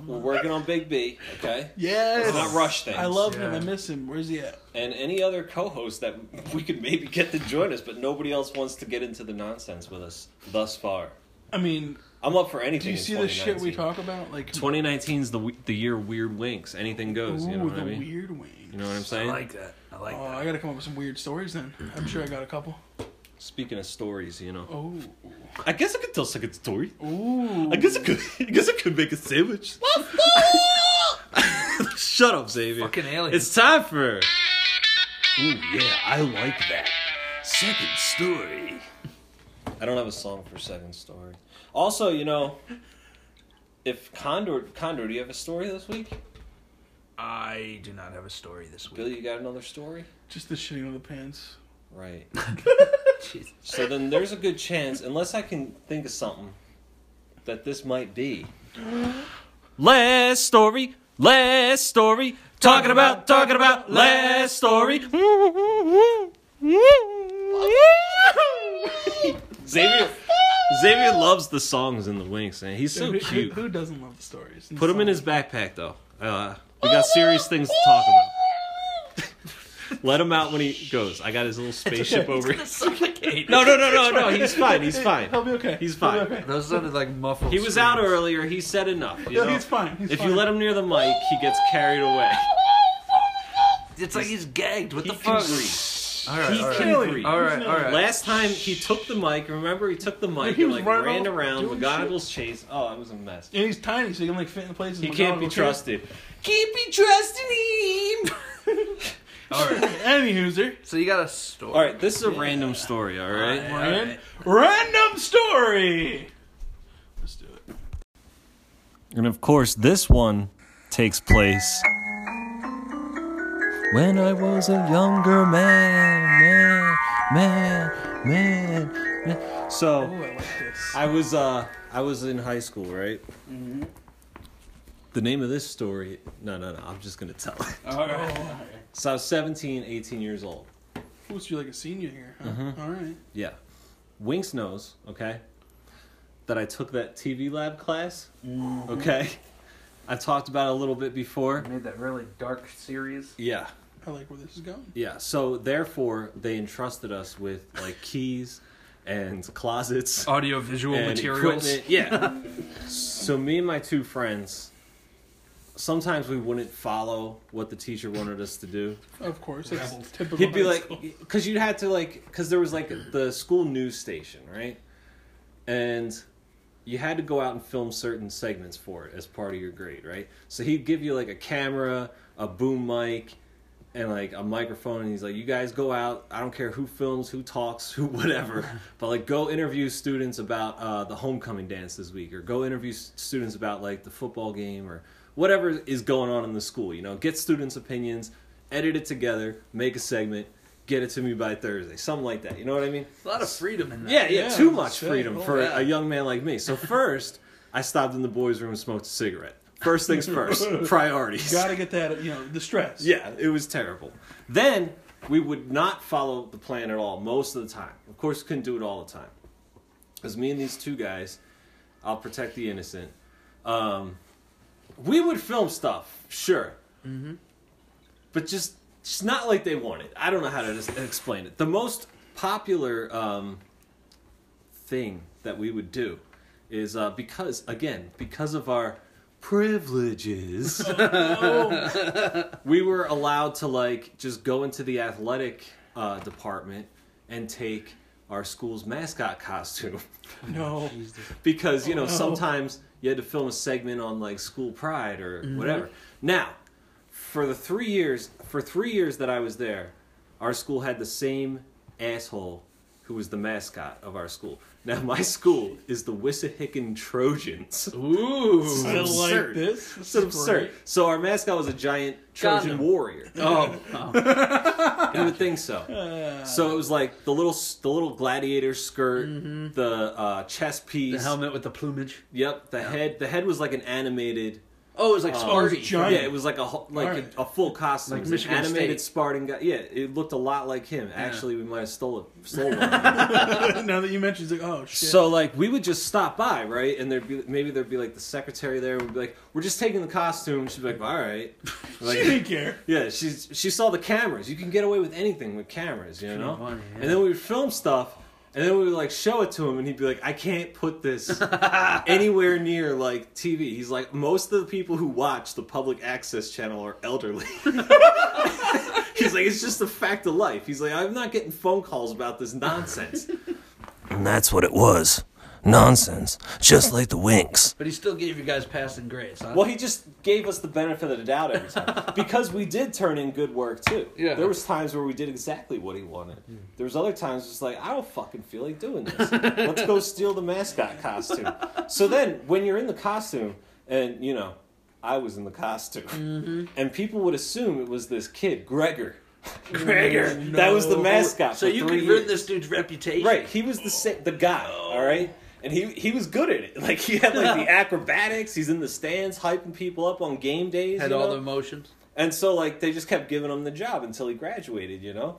Speaker 7: We're working on Big B, okay?
Speaker 8: Yes.
Speaker 7: Let's not rush things.
Speaker 8: I love him.
Speaker 9: Yeah.
Speaker 8: I miss him. Where's he at?
Speaker 7: and any other co-host that we could maybe get to join us, but nobody else wants to get into the nonsense with us thus far.
Speaker 8: I mean,
Speaker 7: I'm up for anything.
Speaker 8: do you
Speaker 7: in
Speaker 8: see the shit we
Speaker 7: 2019.
Speaker 8: talk about? Like,
Speaker 7: 2019 is the we- the year weird winks. Anything goes.
Speaker 8: ooh,
Speaker 7: you know what
Speaker 8: the
Speaker 7: I mean?
Speaker 8: weird wing.
Speaker 7: You know what I'm
Speaker 9: I
Speaker 7: saying?
Speaker 9: like that. I like
Speaker 8: Oh,
Speaker 9: that.
Speaker 8: I gotta come up with some weird stories then. I'm sure I got a couple.
Speaker 7: Speaking of stories, you know,
Speaker 8: Oh,
Speaker 7: I guess I could tell us a good story.
Speaker 8: ooh.
Speaker 7: I guess I could. (laughs) I guess I could make a sandwich. (laughs) Shut up, Xavier.
Speaker 9: Fucking aliens.
Speaker 7: It's time for. Ooh yeah, I like that. Second story. I don't have a song for second story. Also, you know, if Condor, Condor, do you have a story this week?
Speaker 9: I do not have a story this week.
Speaker 7: Billy, you got another story?
Speaker 1: (laughs)
Speaker 8: Just the shitting of the pants.
Speaker 7: Right.
Speaker 9: Jesus.
Speaker 7: So then there's a good chance, unless I can think of something, that this might be.
Speaker 1: Last story, last story. Talking about, talking about last story.
Speaker 7: Xavier Xavier loves the songs in the Winks, man. He's
Speaker 1: (laughs)
Speaker 7: so
Speaker 8: who, who-
Speaker 7: cute.
Speaker 8: Who, doesn't love the stories?
Speaker 7: Put him in his backpack though. Uh, we got serious things to talk about. (laughs) Let him out when he goes. I got his little spaceship over. here. No, no, no, no, no. He's fine. He's fine.
Speaker 8: He'll be okay.
Speaker 7: He's
Speaker 8: He'll be
Speaker 7: fine.
Speaker 8: okay.
Speaker 9: Those sounded like muffled.
Speaker 7: He was out earlier. He said enough. you
Speaker 8: No,
Speaker 7: know?
Speaker 8: he's fine. He's
Speaker 7: If
Speaker 8: fine.
Speaker 7: you let him near the mic, he gets carried away.
Speaker 9: It's like he's gagged. What
Speaker 7: He
Speaker 9: the fuck?
Speaker 7: can breathe.
Speaker 9: All right,
Speaker 7: He
Speaker 9: all right.
Speaker 7: can breathe.
Speaker 9: All right, all right.
Speaker 7: Last time he took the mic. Remember, he took the mic
Speaker 8: He
Speaker 7: and
Speaker 8: was
Speaker 7: like
Speaker 8: running
Speaker 7: ran
Speaker 8: off
Speaker 7: around.
Speaker 8: doing
Speaker 7: McGonagall's chase. Oh, it was a mess.
Speaker 8: And he's tiny, so he can like fit in places.
Speaker 7: He can't be
Speaker 8: McGonagall
Speaker 7: trusted.
Speaker 9: Keep me trusting
Speaker 7: (laughs)
Speaker 9: him. all right.
Speaker 8: Any user.
Speaker 9: So you got a story.
Speaker 7: All right, this is a random story. All right.
Speaker 9: All right.
Speaker 8: Random story. Let's do it.
Speaker 1: And of course, this one takes place when I was a younger man, man, man, man. man. So.
Speaker 8: Oh, I like this.
Speaker 7: I was uh I was in high school, right? Mm-hmm. The name of this story, no, no, no, I'm just gonna tell it.
Speaker 9: All right.
Speaker 7: So I was 17, 18 years old.
Speaker 8: Oh, Ooh, so you're like a senior here. Huh? All right.
Speaker 7: Yeah. Winks knows, okay, that I took that TV lab class, okay? I talked about it a little bit before.
Speaker 9: Made that really dark series.
Speaker 7: Yeah.
Speaker 8: I like where this is going.
Speaker 7: Yeah, so therefore, they entrusted us with like keys and closets.
Speaker 9: Audio visual
Speaker 7: and equipment. Yeah. so me and my two friends, sometimes we wouldn't follow what the teacher wanted us to do.
Speaker 8: Of course, it's typical.
Speaker 7: He'd be
Speaker 8: high
Speaker 7: like,
Speaker 8: school.
Speaker 7: (laughs) because you had to like, because there was like the school news station, right? And you had to go out and film certain segments for it as part of your grade, right? So he'd give you like a camera, a boom mic, and like a microphone, and he's like, "You guys go out. I don't care who films, who talks, (laughs) who whatever, but like go interview students about uh, the homecoming dance this week, or go interview s- students about like the football game, or whatever is going on in the school. You know, get students' opinions, edit it together, make a segment." Get it to me by Thursday, something like that. You know what I mean?
Speaker 9: A lot of freedom in that.
Speaker 7: Yeah, yeah,
Speaker 8: Yeah,
Speaker 7: too much
Speaker 8: shit.
Speaker 7: freedom
Speaker 8: Oh,
Speaker 7: for
Speaker 9: yeah.
Speaker 7: a young man like me. So first, I stopped in the boys' room and smoked a cigarette. First things first, priorities.
Speaker 8: gotta get that, you know, the stress.
Speaker 7: Yeah, it was terrible. Then we would not follow the plan at all most of the time. Of course, couldn't do it all the time. Because me and these two guys, I'll protect the innocent. Um, we would film stuff, sure, but just just not like they wanted. I don't know how to just explain it. The most popular um, thing that we would do is uh, because again because of our privileges we were allowed to like just go into the athletic uh, department and take our school's mascot costume (laughs)
Speaker 8: No.
Speaker 7: because you know
Speaker 8: no.
Speaker 7: sometimes you had to film a segment on like school pride or
Speaker 8: Mm-hmm.
Speaker 7: whatever now for the three years for three years that i was there our school had the same asshole who was the mascot of our school now
Speaker 8: (laughs)
Speaker 7: my school is the wissahickon trojans
Speaker 9: Ooh.
Speaker 8: I like
Speaker 7: absurd.
Speaker 8: this.
Speaker 7: it's
Speaker 8: This is
Speaker 7: absurd
Speaker 8: great.
Speaker 7: so our mascot was a giant trojan
Speaker 9: Gundam.
Speaker 7: warrior
Speaker 8: (laughs)
Speaker 9: Oh.
Speaker 7: you would think so. so it was like the little the little gladiator skirt, the uh, chest piece,
Speaker 9: Mm-hmm. The helmet with the plumage.
Speaker 7: Yep, the head. The head was like an animated.
Speaker 9: Oh, it was like Sparky.
Speaker 8: it's giant.
Speaker 7: Yeah, it was like a ho- like
Speaker 8: Alright.
Speaker 7: a, a full costume,
Speaker 9: Like
Speaker 7: It was an
Speaker 9: Michigan
Speaker 7: animated
Speaker 9: State.
Speaker 7: Spartan guy. Yeah, it looked a lot like him. Actually, we might have stolen stolen. one.
Speaker 9: (laughs)
Speaker 8: (laughs)
Speaker 7: (laughs)
Speaker 8: now that you mentioned, it's like, oh shit.
Speaker 7: So like we would just stop by, right? And there'd be maybe there'd be like the secretary there. We'd be like, "We're just taking the costume." She'd be like, "All right." Like,
Speaker 8: she didn't care.
Speaker 7: Yeah, she's she saw the cameras. You can get away with anything with cameras, you know.
Speaker 9: funny, yeah.
Speaker 7: And then we would film stuff, and then we would like show it to him, and he'd be like, "I can't put
Speaker 9: (laughs)
Speaker 7: this anywhere near like TV." He's like, "Most of the people who watch the public access channel are
Speaker 9: (laughs)
Speaker 7: elderly." (laughs) He's like, "It's just a fact of life." He's like, "I'm not getting phone calls about this nonsense."
Speaker 1: And that's what it was. Nonsense. Just like the Winks.
Speaker 9: But he still gave you guys passing grades, huh?
Speaker 7: well, he just gave us the benefit of the doubt every
Speaker 9: (laughs)
Speaker 7: time because we did turn in good work too.
Speaker 9: Yeah. Hmm.
Speaker 7: There was times where we did exactly what he wanted. There was other times it's like I don't fucking feel like doing this. Let's go steal the mascot
Speaker 9: (laughs)
Speaker 7: costume. so then when you're in the costume and
Speaker 9: Mm-hmm.
Speaker 7: you know I was in the costume and people would assume it was this kid Gregor Gregor. (laughs) That was the mascot.
Speaker 9: So
Speaker 7: for
Speaker 9: you
Speaker 7: three
Speaker 9: could
Speaker 7: years.
Speaker 9: ruin this dude's reputation.
Speaker 7: Right, he was the sa- the guy. All right, and he he was good at it. (laughs) Like he had like the acrobatics. He's in the stands hyping people up on game days.
Speaker 9: Had
Speaker 7: you
Speaker 9: all
Speaker 7: know?
Speaker 9: the emotions.
Speaker 7: And so like they just kept giving him the job until he graduated, you know?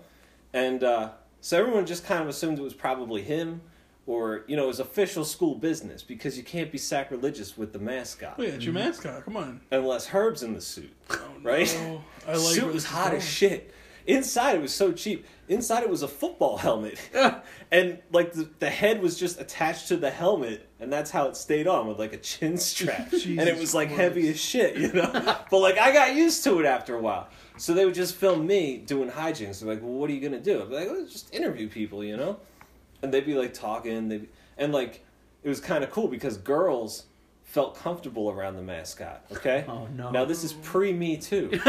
Speaker 7: And uh, so everyone just kind of assumed it was probably him or, you know, his official school business because you can't be sacrilegious with the mascot.
Speaker 9: Oh,
Speaker 8: Wait, it's your mascot. Come on.
Speaker 7: Unless Herb's in the suit. right?
Speaker 8: no. I like
Speaker 7: Oh, suit
Speaker 8: where this
Speaker 7: was
Speaker 8: is
Speaker 7: hot as
Speaker 8: going.
Speaker 7: shit. Inside it was so cheap. Inside it was a
Speaker 8: (laughs)
Speaker 7: football helmet. and like the, the head was just attached to the helmet and that's how it stayed on with like a chin strap. and
Speaker 8: (laughs)
Speaker 7: it
Speaker 8: Jesus
Speaker 7: was like
Speaker 8: Christ.
Speaker 7: heavy as shit, you
Speaker 8: (laughs)
Speaker 7: know. but like I got used to it after a while. So they would just film me doing hijinks. They're like, "Well, what are you gonna do?" I'd be like, oh, "Just interview people," you know. And they'd be like talking. They and like it was kind of cool because girls felt comfortable around the mascot.
Speaker 9: (laughs)
Speaker 7: Okay. Oh
Speaker 9: no.
Speaker 7: Now this is pre Me Too.
Speaker 9: (laughs)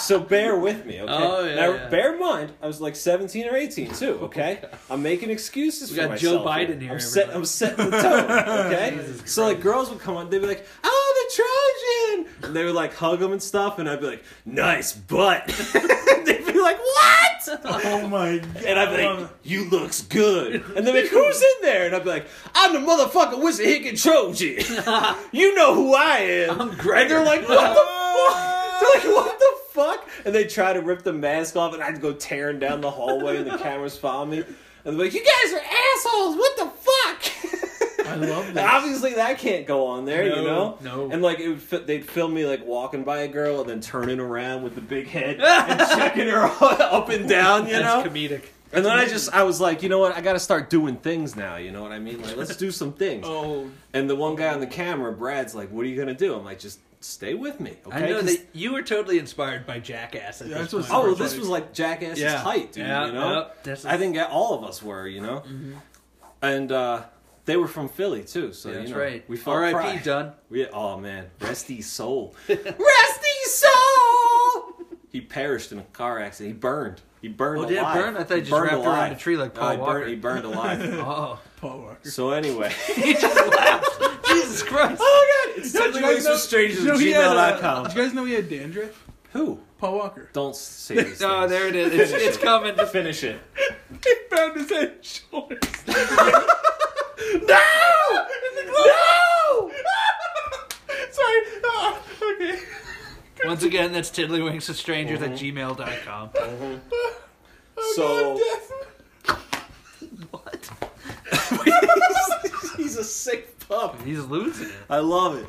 Speaker 7: so bear with me, okay?
Speaker 9: Oh, yeah,
Speaker 7: now
Speaker 9: yeah. Oh,
Speaker 7: bear in mind, I was like seventeen or eighteen too. Okay. I'm making excuses.
Speaker 9: We
Speaker 7: for
Speaker 9: got Joe
Speaker 7: myself
Speaker 9: Biden here,
Speaker 7: I'm, set,
Speaker 9: everybody.
Speaker 7: I'm setting the tone.
Speaker 9: (laughs)
Speaker 7: Okay. so like girls would come on, they'd be like, "Oh, the Trojan," and they would like hug them and stuff, and I'd be like, "Nice butt." (laughs) they'd be like,
Speaker 9: (laughs)
Speaker 7: "What?"
Speaker 8: Oh my god.
Speaker 7: And I'd be like, "You looks good," and they'd be like, "Who's in there?" And I'd be like, "I'm the motherfucking Wissahickon Trojan.
Speaker 9: (laughs)
Speaker 7: you know who I am."
Speaker 9: I'm Greg.
Speaker 7: And they're like, what the
Speaker 9: (laughs)
Speaker 7: fuck? They're like, what the fuck? And they try to rip the mask off, and I'd go tearing down the hallway, and the cameras follow me. And they're like, you guys are assholes! What the fuck?
Speaker 8: I love
Speaker 7: And
Speaker 8: this.
Speaker 7: Obviously, that can't go on there, you know.
Speaker 9: No, no.
Speaker 7: And like, it would fit, they'd film me like walking by a girl and then turning around with the big
Speaker 9: (laughs)
Speaker 7: head and checking her (laughs) up and down, you know.
Speaker 9: That's comedic.
Speaker 7: and then I just, I was like, you know what? I got to start doing things now. You know what I mean? Like, let's do some
Speaker 9: (laughs)
Speaker 7: things.
Speaker 8: Oh,
Speaker 7: And the one guy on the camera, Brad's like, "What are you gonna do?" I'm like, "Just stay with me, okay?"
Speaker 9: I know
Speaker 7: 'Cause-
Speaker 9: that you were totally inspired by Jackass. At
Speaker 8: Yeah,
Speaker 9: this
Speaker 8: that's what's-
Speaker 9: point.
Speaker 7: oh, well, this was like Jackass's
Speaker 9: Yeah.
Speaker 7: height, dude.
Speaker 9: Yeah,
Speaker 7: you know,
Speaker 9: yep, this is-
Speaker 7: I think all of us were, you know. And uh, they were from Philly too, so
Speaker 9: Mm-hmm. Yeah,
Speaker 7: you
Speaker 9: that's
Speaker 7: know,
Speaker 9: right.
Speaker 7: We felt
Speaker 9: R.I.P.
Speaker 7: pride.
Speaker 9: Dunn.
Speaker 7: We, oh man, rest his
Speaker 9: (laughs)
Speaker 7: soul, rest his soul. He perished in a car accident. He burned. He burned
Speaker 9: Oh,
Speaker 7: alive.
Speaker 9: did it burn? I thought he just
Speaker 7: burned
Speaker 9: wrapped around
Speaker 7: alive.
Speaker 9: a tree like
Speaker 7: No,
Speaker 9: Paul
Speaker 7: he
Speaker 9: Walker.
Speaker 7: Burned, he burned
Speaker 9: (laughs)
Speaker 7: alive.
Speaker 9: Oh,
Speaker 8: Paul Walker.
Speaker 7: so anyway.
Speaker 9: (laughs) Jesus Christ!
Speaker 7: Oh god! It's
Speaker 8: Did you guys know-
Speaker 7: strangers
Speaker 8: did you know he had, uh, Did you guys know he had dandruff?
Speaker 7: Who?
Speaker 8: Paul Walker.
Speaker 7: Don't
Speaker 9: (laughs)
Speaker 7: say this.
Speaker 9: No, there it is. It's, it's coming. Just
Speaker 7: Finish it.
Speaker 8: (laughs) He found his head and shoulders.
Speaker 7: No! No!
Speaker 8: (laughs) Sorry. Ah, okay.
Speaker 9: Once again, that's tiddlywinks of strangers at
Speaker 7: Mm-hmm.
Speaker 9: gmail.com.
Speaker 7: So
Speaker 8: Death.
Speaker 7: (laughs) he's a sick pup.
Speaker 9: He's losing it.
Speaker 7: I love it.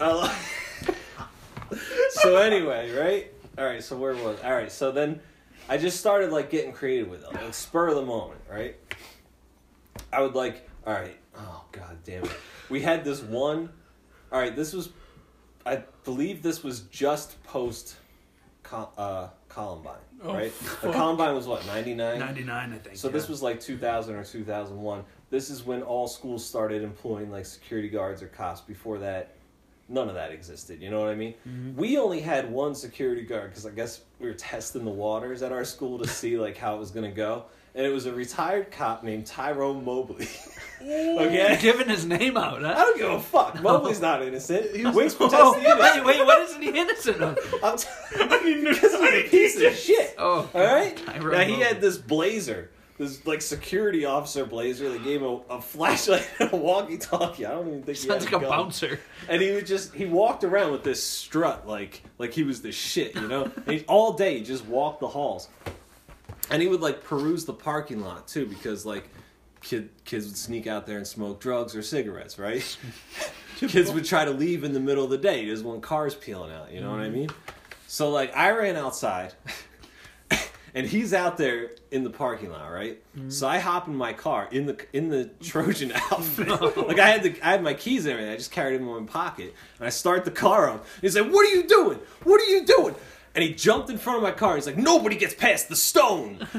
Speaker 7: I love. (laughs) so anyway, right? All right. So where was? All right. So then, I just started like getting creative with them, like spur of the moment, right? I would like. All right. Oh god damn it. We had this one. All right. This was. I believe this was just post. Col- Uh, Columbine,
Speaker 8: Oh,
Speaker 7: right? The
Speaker 8: fuck.
Speaker 7: Columbine was what ninety nine.
Speaker 9: 99, I think.
Speaker 7: So this was like 2000 or 2001. This is when all schools started employing like security guards or cops. Before that, none of that existed. You know what I mean?
Speaker 9: Mm-hmm.
Speaker 7: We only had one security guard because I guess we were testing the waters at our school to see like how it was gonna go. And it was a retired cop named Tyrone Mobley. (laughs)
Speaker 9: You're
Speaker 7: okay.
Speaker 9: giving his name out,
Speaker 7: I (laughs)
Speaker 9: huh?
Speaker 7: don't give a
Speaker 9: (laughs)
Speaker 7: fuck. Mobley's not innocent.
Speaker 8: was-
Speaker 7: Winks
Speaker 9: Oh,
Speaker 7: protesting
Speaker 9: wait, wait, what isn't he innocent of?
Speaker 7: I'm t- because he's a piece of shit.
Speaker 9: Oh,
Speaker 7: all right.
Speaker 9: (laughs) Tyrone
Speaker 7: Now he
Speaker 9: Mobley.
Speaker 7: had this blazer, this like security officer blazer. They gave him a, a flashlight and a walkie-talkie. I don't even think he
Speaker 9: Sounds
Speaker 7: had
Speaker 9: like a
Speaker 7: gun.
Speaker 9: bouncer.
Speaker 7: And he would just he walked around with this strut like like he was the shit, you know. and he, all day he just walked the halls, and he would like peruse the parking lot too because like. Kid, kids would sneak out there and smoke drugs or cigarettes, right? kids would try to leave in the middle of the day. There's one car's peeling out. You know what I mean? So like I ran outside, and he's out there in the parking lot, right?
Speaker 9: Mm-hmm.
Speaker 7: So I hop in my car in the in
Speaker 9: (laughs)
Speaker 7: the Trojan outfit. (laughs) Like I had the I had my keys and everything. I just carried them in my pocket, and I start the car up. He's like, "What are you doing? What are you doing?" And he jumped in front of my car. He's like, "Nobody gets past the
Speaker 9: (laughs)
Speaker 7: stone." (laughs)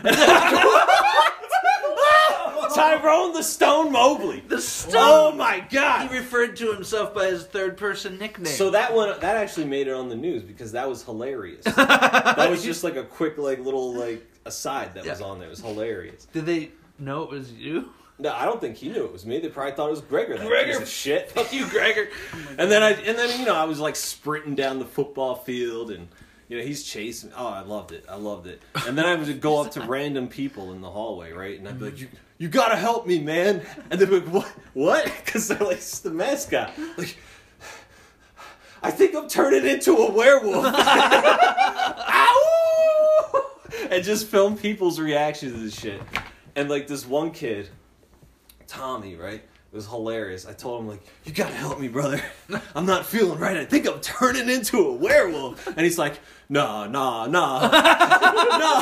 Speaker 7: Tyrone the Stone Mobley.
Speaker 9: The stone.
Speaker 7: Oh my God!
Speaker 9: He referred to himself by his third person nickname.
Speaker 7: So that one that actually made it on the news because that was
Speaker 9: (laughs)
Speaker 7: hilarious. that was just like a quick like little like aside that was
Speaker 9: Yeah.
Speaker 7: on there. It was hilarious.
Speaker 9: Did they know it was you? (laughs)
Speaker 7: No, I don't think he knew it was me. They probably thought it was Gregor. That
Speaker 9: Gregor.
Speaker 7: piece of
Speaker 9: (laughs)
Speaker 7: shit.
Speaker 9: You, Gregor.
Speaker 7: and then I and then you know I was like sprinting down the football field and You know, he's chasing. Oh, I loved it. I loved it. And then I would go up to random people in the hallway, right? And I'd be like, "You, you gotta help me, man!" And they'd be like, "What? What?" (laughs) Because they're like, "It's the mascot." Like, I think I'm turning into a werewolf. (laughs) Ow! And just film people's reactions to this shit. And like this one kid, Tommy, right? It was hilarious. I told him like, "You gotta help me, brother. (laughs) I'm not feeling right. I think I'm turning into a werewolf." And he's like, "Nah, nah, nah, (laughs) nah."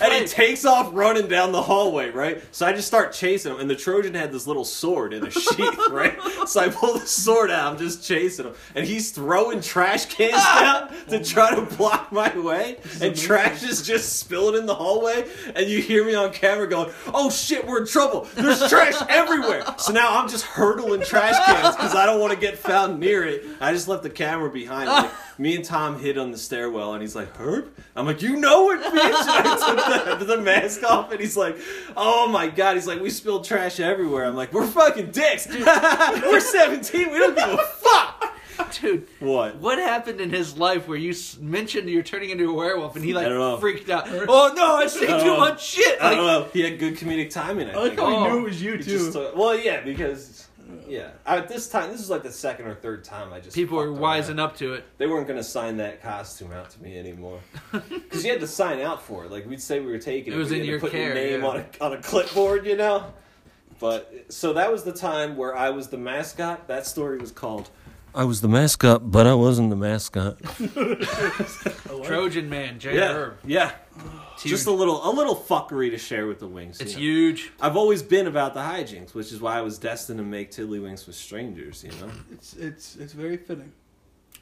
Speaker 7: And he takes off running down the hallway, right? So I just start chasing him, and the Trojan had this little sword in a sheath, (laughs) right? So I pull the sword out. I'm just chasing him, and he's throwing trash cans (laughs) down to try to block Oh my way, and trash is just spilling in the hallway. And you hear me on camera going, "Oh shit, we're in trouble. There's trash everywhere." So now I'm just hurtling trash cans because I don't want to get found near it. I just left the camera behind. Like, me and Tom hid on the stairwell, and he's like, "Herb," I'm like, "You know it, bitch." (laughs) And I took the, the mask off, and he's like, "Oh my god," he's like, "We spilled trash everywhere." I'm like, "We're fucking dicks. (laughs) We're 17. We don't give
Speaker 8: (laughs)
Speaker 7: a fuck."
Speaker 10: Dude,
Speaker 7: What?
Speaker 10: what happened in his life where you s- mentioned you're turning into a werewolf and he
Speaker 7: I don't know.
Speaker 10: like freaked
Speaker 7: (laughs)
Speaker 10: out? Oh no, I say
Speaker 7: don't
Speaker 10: too
Speaker 7: know.
Speaker 10: much shit.
Speaker 7: I
Speaker 10: Like,
Speaker 7: don't know. He had good comedic timing. I,
Speaker 8: I like
Speaker 7: think.
Speaker 8: how
Speaker 10: Oh.
Speaker 8: he knew it was you
Speaker 7: It
Speaker 8: too.
Speaker 7: just, uh, well, yeah, because yeah, at this time, this is like the second or third time I just
Speaker 10: people are
Speaker 7: fucked
Speaker 10: wising
Speaker 7: around.
Speaker 10: up to it.
Speaker 7: They weren't gonna sign that costume out to
Speaker 10: (laughs)
Speaker 7: me anymore because you had to sign out for it. Like we'd say we were taking
Speaker 10: It was
Speaker 7: but you
Speaker 10: in
Speaker 7: had to
Speaker 10: your
Speaker 7: put
Speaker 10: care,
Speaker 7: your name
Speaker 10: yeah.
Speaker 7: on a on a clipboard, you know. But so that was the time where I was the mascot. That story was called. I was the mascot, but I wasn't the mascot.
Speaker 10: Trojan man, J.
Speaker 7: Yeah,
Speaker 10: Herb.
Speaker 7: yeah. Just a little, a little fuckery to share with the wings.
Speaker 10: It's
Speaker 7: you know?
Speaker 10: huge.
Speaker 7: I've always been about the hijinks, which is why I was destined to make tiddlywinks with strangers, you know?
Speaker 8: It's it's it's very fitting.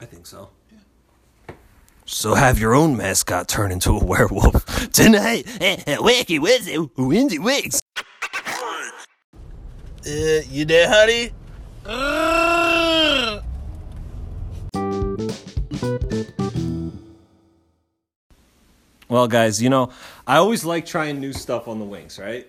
Speaker 7: I think so. So have your own mascot turn into a werewolf (laughs) tonight at Wacky Wednesday, Windy Wigs. Uh, you there, honey? Well, guys, you know, I always like trying new stuff on the wings, right?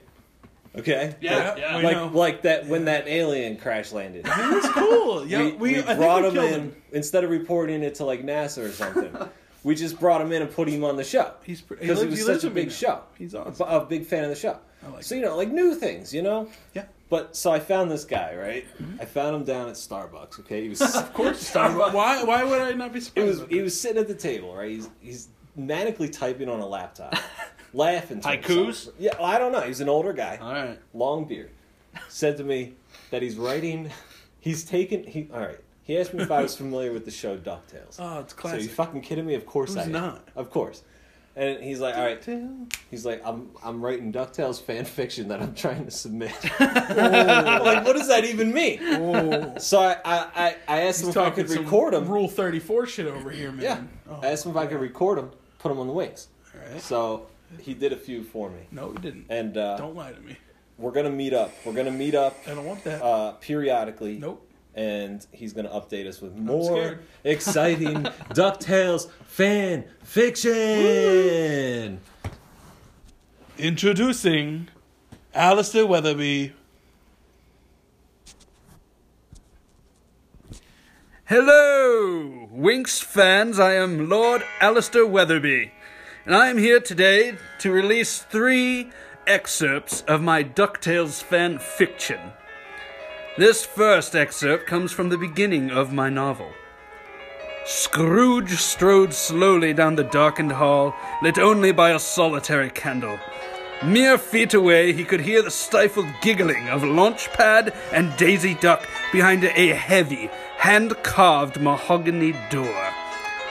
Speaker 7: Okay.
Speaker 10: Yeah,
Speaker 7: Like-
Speaker 10: yeah.
Speaker 8: we know.
Speaker 7: Like, like that when that alien crash landed
Speaker 8: It's cool. Yeah, we,
Speaker 7: we, we
Speaker 8: I think
Speaker 7: brought
Speaker 8: we
Speaker 7: him
Speaker 8: killed
Speaker 7: in instead of reporting it to like NASA or something. we just brought him in and put him on the show.
Speaker 8: He's pr- he
Speaker 7: because he,
Speaker 8: lives-
Speaker 7: was
Speaker 8: he lives
Speaker 7: such a
Speaker 8: with me
Speaker 7: big
Speaker 8: now.
Speaker 7: show.
Speaker 8: He's
Speaker 7: A-
Speaker 8: awesome.
Speaker 7: A, big fan of the show.
Speaker 8: I like
Speaker 7: so you know, like new things, you know.
Speaker 8: Yeah.
Speaker 7: But so I found this guy, right?
Speaker 8: Mm-hmm.
Speaker 7: I found him down at Starbucks. Okay,
Speaker 8: (laughs)
Speaker 7: he was of course
Speaker 8: Why why would I not be
Speaker 7: It
Speaker 8: surprised?
Speaker 7: was
Speaker 8: about
Speaker 7: he was sitting at the table, right? He's he's manically typing on a
Speaker 8: (laughs)
Speaker 7: laptop, laughing. to himself.
Speaker 10: Haikus?
Speaker 7: Yeah, well, I don't know. He's an older
Speaker 8: Oh,
Speaker 7: guy
Speaker 10: All right.
Speaker 7: long beard, said to me that he's writing. He's taken. He all right. He asked me if I
Speaker 8: (laughs)
Speaker 7: was familiar with the show Ducktales.
Speaker 8: Oh, it's
Speaker 7: so (laughs) you
Speaker 8: classic.
Speaker 7: fucking kidding me? Of course
Speaker 8: Who's
Speaker 7: I am.
Speaker 8: not?
Speaker 7: Of course. And he's like, all right. He's like, I'm I'm writing Ducktales fan fiction that I'm trying
Speaker 8: (laughs)
Speaker 7: to submit. I'm like, what does that even mean?
Speaker 8: Oh,
Speaker 7: So I I, I, I asked him
Speaker 8: he's
Speaker 7: if I
Speaker 8: talking
Speaker 7: could
Speaker 8: some
Speaker 7: record him.
Speaker 8: Rule thirty four shit over here, man.
Speaker 7: Yeah.
Speaker 8: Oh,
Speaker 7: I asked him if I could record him, put him on the wings.
Speaker 8: all right.
Speaker 7: So he did a few for me,
Speaker 8: no, we didn't.
Speaker 7: and uh,
Speaker 8: don't lie to me.
Speaker 7: we're gonna meet up. We're gonna meet up
Speaker 8: I don't want that.
Speaker 7: uh, periodically.
Speaker 8: nope.
Speaker 7: and he's going to update us with more
Speaker 8: scared. (laughs)
Speaker 7: exciting DuckTales fan fiction.
Speaker 8: Introducing Alistair Weatherby.
Speaker 9: Hello, Winx fans. I am Lord Alistair Weatherby, and I am here today to release three excerpts of my DuckTales fan fiction. This first excerpt comes from the beginning of my novel. Scrooge strode slowly down the darkened hall, lit only by a solitary candle. Mere feet away, he could hear the stifled giggling of Launchpad and Daisy Duck behind a heavy, hand carved mahogany door.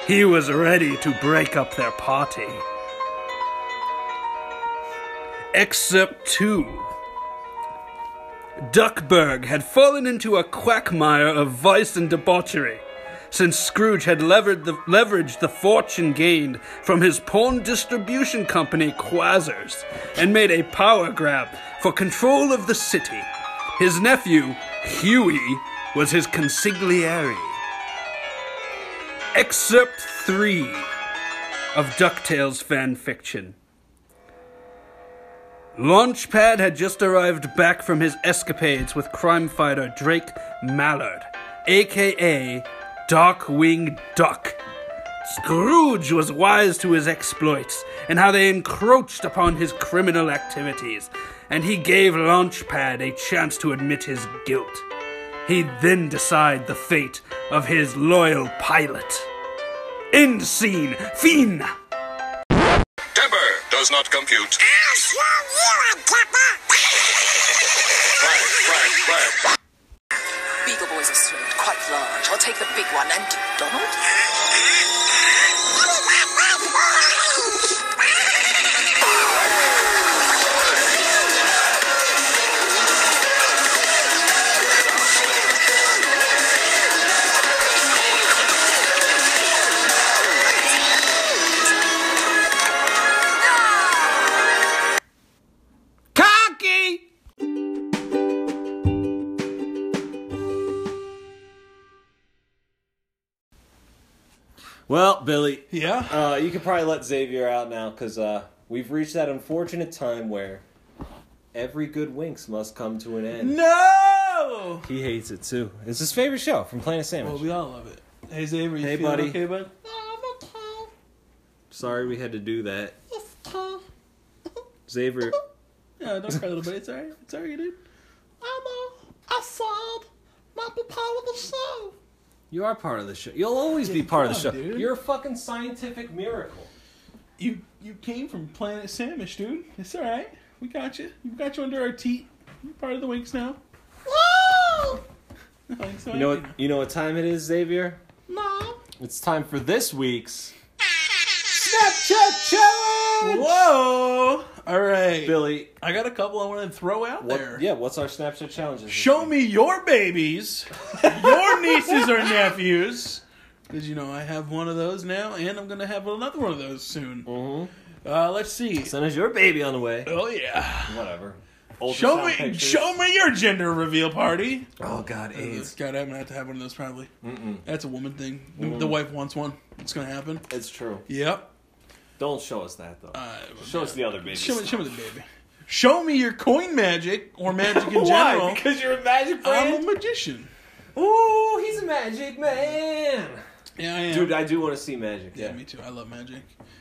Speaker 9: He was ready to break up their party. Excerpt 2 Duckburg had fallen into a quackmire of vice and debauchery. Since Scrooge had levered the, leveraged the fortune gained from his pawn distribution company, Quasars, and made a power grab for control of the city, his nephew, Huey, was his consigliere. Excerpt 3 of DuckTales fan fiction. Launchpad had just arrived back from his escapades with crime fighter Drake Mallard, aka Darkwing Duck.
Speaker 11: Scrooge was wise to his exploits and how they encroached upon his criminal activities, and he gave Launchpad a chance to admit his guilt. He'd then decide the fate of his loyal pilot. End scene, Fiend!
Speaker 12: Temper does not compute. Quiet, quiet, quiet.
Speaker 13: Beagle boys are slim, quite large. I'll take the big one and Donald.
Speaker 9: Cocky!
Speaker 7: Well, Billy.
Speaker 8: Yeah?
Speaker 7: Uh, you could probably let Xavier out now because uh, we've reached that unfortunate time where every good Winx must come to an end.
Speaker 8: No!
Speaker 7: He hates it too. It's his favorite show from Planet Sandwich.
Speaker 8: Well, we all love it. Hey, Xavier, you
Speaker 7: Hey,
Speaker 8: feeling
Speaker 7: buddy.
Speaker 8: okay, bud?
Speaker 7: Sorry we had to do that. Xavier,
Speaker 8: Yeah, don't cry, little buddy. It's all right. It's all right, dude.
Speaker 7: you are part of the show. You'll always be part of the show.
Speaker 8: come on, dude.
Speaker 7: You're a fucking scientific miracle.
Speaker 8: You you came from Planet Samish, dude. It's all right. We got you. We got you under our teat. You're part of the Winks now. Woo! (laughs) Thanks,
Speaker 7: You know what? You know what time it is, Xavier.
Speaker 8: No.
Speaker 7: It's time for this week's
Speaker 8: Snapchat challenge. Whoa! All right,
Speaker 7: Billy.
Speaker 8: I got a couple I want to throw out
Speaker 7: What,
Speaker 8: there.
Speaker 7: yeah, what's our Snapchat challenges?
Speaker 8: Show me your babies, your nieces or nephews. Because, you know, I have one of those now, and I'm going to have another one of those soon. Uh, let's see.
Speaker 7: Son is your baby on the way.
Speaker 8: Oh, yeah.
Speaker 7: Whatever. Ultrasound
Speaker 8: Show me
Speaker 7: pictures.
Speaker 8: show Uh, me your gender reveal party.
Speaker 7: Oh God,
Speaker 8: It's
Speaker 7: AIDS.
Speaker 8: God, I'm going to have to have one of those probably. That's a woman thing. The- The wife wants one. It's going to happen.
Speaker 7: It's true.
Speaker 8: Yep.
Speaker 7: Don't show us that though.
Speaker 8: Uh,
Speaker 7: show us the other baby.
Speaker 8: show, me, show me the baby. Show me your coin magic or magic in
Speaker 7: (laughs) Why?
Speaker 8: general. Um,
Speaker 7: Because you're a magic
Speaker 8: I'm a
Speaker 7: friend.
Speaker 8: magician.
Speaker 7: Ooh, he's a magic man.
Speaker 8: Yeah, I am.
Speaker 7: Dude, I do want to see magic.
Speaker 8: yeah, me too. I love magic.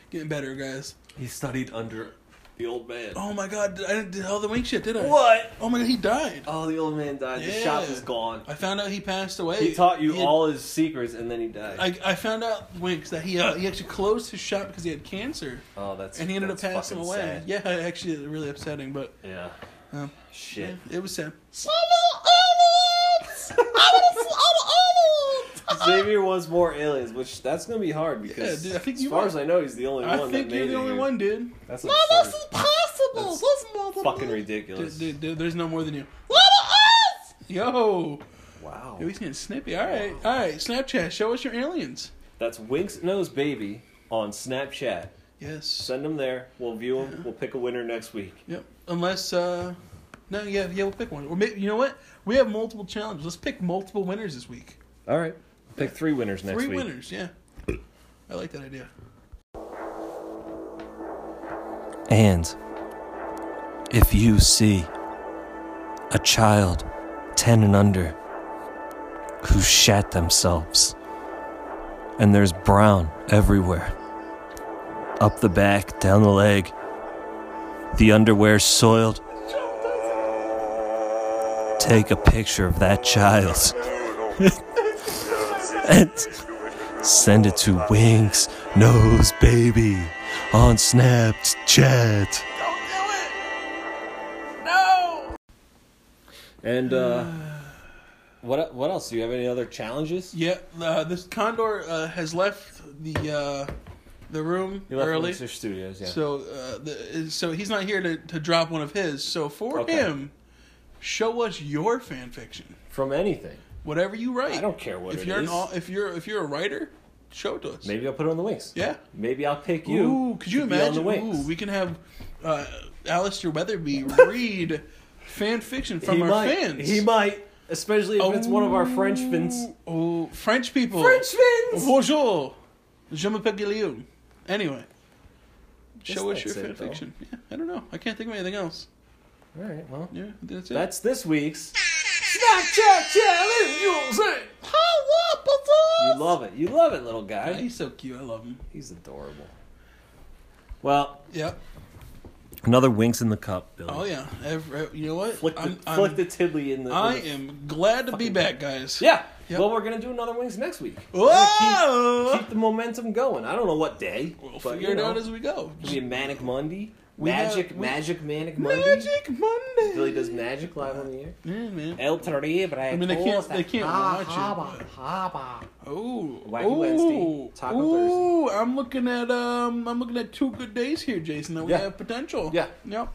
Speaker 8: Getting better, guys.
Speaker 7: He studied under the old man.
Speaker 8: Oh my god, did- I didn't did all the wink shit, did I?
Speaker 7: What?
Speaker 8: Oh my god, he died.
Speaker 7: Oh, the old man died. The
Speaker 8: Yeah.
Speaker 7: shop is gone.
Speaker 8: I found out he passed away.
Speaker 7: He taught you
Speaker 8: had-
Speaker 7: all his secrets, and then he died.
Speaker 8: I, I found out Winks that he uh, he actually closed his shop because he had cancer,
Speaker 7: oh, that's
Speaker 8: and he ended up
Speaker 7: that's
Speaker 8: passing
Speaker 7: fucking
Speaker 8: away.
Speaker 7: sad.
Speaker 8: Yeah, (laughs) actually, it was really upsetting, but
Speaker 7: Yeah.
Speaker 8: Um,
Speaker 7: Shit.
Speaker 8: it was sad.
Speaker 7: (laughs) Xavier was more aliens, which that's gonna be hard because,
Speaker 8: Yeah, dude, I think
Speaker 7: as
Speaker 8: you
Speaker 7: far
Speaker 8: are-
Speaker 7: as I know, he's the only
Speaker 8: I
Speaker 7: one.
Speaker 8: think
Speaker 7: that
Speaker 8: you're
Speaker 7: made
Speaker 8: the
Speaker 7: it
Speaker 8: only
Speaker 7: here.
Speaker 8: one, dude.
Speaker 7: That's
Speaker 3: No,
Speaker 7: absurd.
Speaker 3: this is possible.
Speaker 7: That's
Speaker 3: This mother.
Speaker 7: fucking
Speaker 8: Dude,
Speaker 7: ridiculous.
Speaker 8: dude, dude, there's no more than you.
Speaker 3: What is?
Speaker 8: Yo,
Speaker 7: Wow.
Speaker 8: yo, he's getting snippy. All right, all right. Snapchat, show us your aliens.
Speaker 7: That's Winks Nose Baby on Snapchat.
Speaker 8: Yes.
Speaker 7: Send them there. We'll view them. We'll pick a winner next week.
Speaker 8: Yep. Unless, uh, no, yeah, yeah, we'll pick one. Or maybe, you know what? We have multiple challenges. Let's pick multiple winners this week.
Speaker 7: All right. Pick three winners next
Speaker 8: Three
Speaker 7: week.
Speaker 8: winners, yeah. I like that idea.
Speaker 1: And if you see a child 10 and under who shat themselves, and there's brown everywhere up the back, down the leg, the underwear soiled, take a picture of that child (laughs) and send it to Winks Nose Baby on Snapchat.
Speaker 7: And uh, what what else? Do you have any other challenges?
Speaker 8: Yeah, uh, this Condor uh, has left the uh, the room
Speaker 7: You left
Speaker 8: early.
Speaker 7: Winxer Studios, yeah.
Speaker 8: So, uh, the, so he's not here to, to drop one of his. So for
Speaker 7: Okay.
Speaker 8: him, show us your fan fiction,
Speaker 7: From anything.
Speaker 8: whatever you write.
Speaker 7: I don't care what
Speaker 8: if
Speaker 7: it
Speaker 8: you're
Speaker 7: is.
Speaker 8: An, au- if you're if you're a writer, show it to us.
Speaker 7: Maybe I'll put it on the Winks.
Speaker 8: Yeah.
Speaker 7: Maybe I'll pick you.
Speaker 8: Ooh, could you
Speaker 7: to be on the
Speaker 8: imagine?
Speaker 7: Winx.
Speaker 8: Ooh, we can have uh, Alistair Weatherby
Speaker 7: (laughs)
Speaker 8: read fan fiction from
Speaker 7: he
Speaker 8: our
Speaker 7: might.
Speaker 8: fans.
Speaker 7: He might. Especially if it's one of our French fins.
Speaker 8: Oh, French people.
Speaker 7: fins!
Speaker 8: Bonjour. Je m'appelle Guillaume. Anyway, show us
Speaker 7: that's
Speaker 8: your
Speaker 7: it,
Speaker 8: fan
Speaker 7: though.
Speaker 8: fiction. Yeah, I don't know. I can't think of anything else.
Speaker 7: Alright, well.
Speaker 8: Yeah, I think that's it.
Speaker 7: That's this week's
Speaker 8: Snapchat challenge. How up,
Speaker 7: You love it. You love it, little guy.
Speaker 8: Yeah, Ah, he's so cute. I love him.
Speaker 7: He's adorable. Well,
Speaker 8: Yep.
Speaker 1: Another winks in the cup, Billy.
Speaker 8: Oh yeah. Every, you know what?
Speaker 7: flick the, flick the tiddly in the. in
Speaker 8: I
Speaker 7: the-
Speaker 8: am glad to be back, guys.
Speaker 7: Yeah.
Speaker 8: Yep.
Speaker 7: Well, we're gonna do another wings next week. We're gonna
Speaker 8: Whoa!
Speaker 7: Keep, keep the momentum going. I don't know what day. We'll
Speaker 8: Figure it out as we go.
Speaker 7: It'll be a manic Monday.
Speaker 8: We
Speaker 7: magic,
Speaker 8: have- we-
Speaker 7: magic, manic Monday.
Speaker 8: Magic Monday.
Speaker 7: Billy does magic live on the air.
Speaker 8: Yeah, man.
Speaker 7: El Terrible. I
Speaker 8: mean, they can't- they can't watch it, but-
Speaker 7: Haba.
Speaker 8: Oh,
Speaker 7: Wacky Wednesday, Taco
Speaker 8: ooh, I'm looking at um, I'm looking at two good days here, Jason. That we
Speaker 7: Yeah.
Speaker 8: have potential.
Speaker 7: Yeah.
Speaker 8: Yep.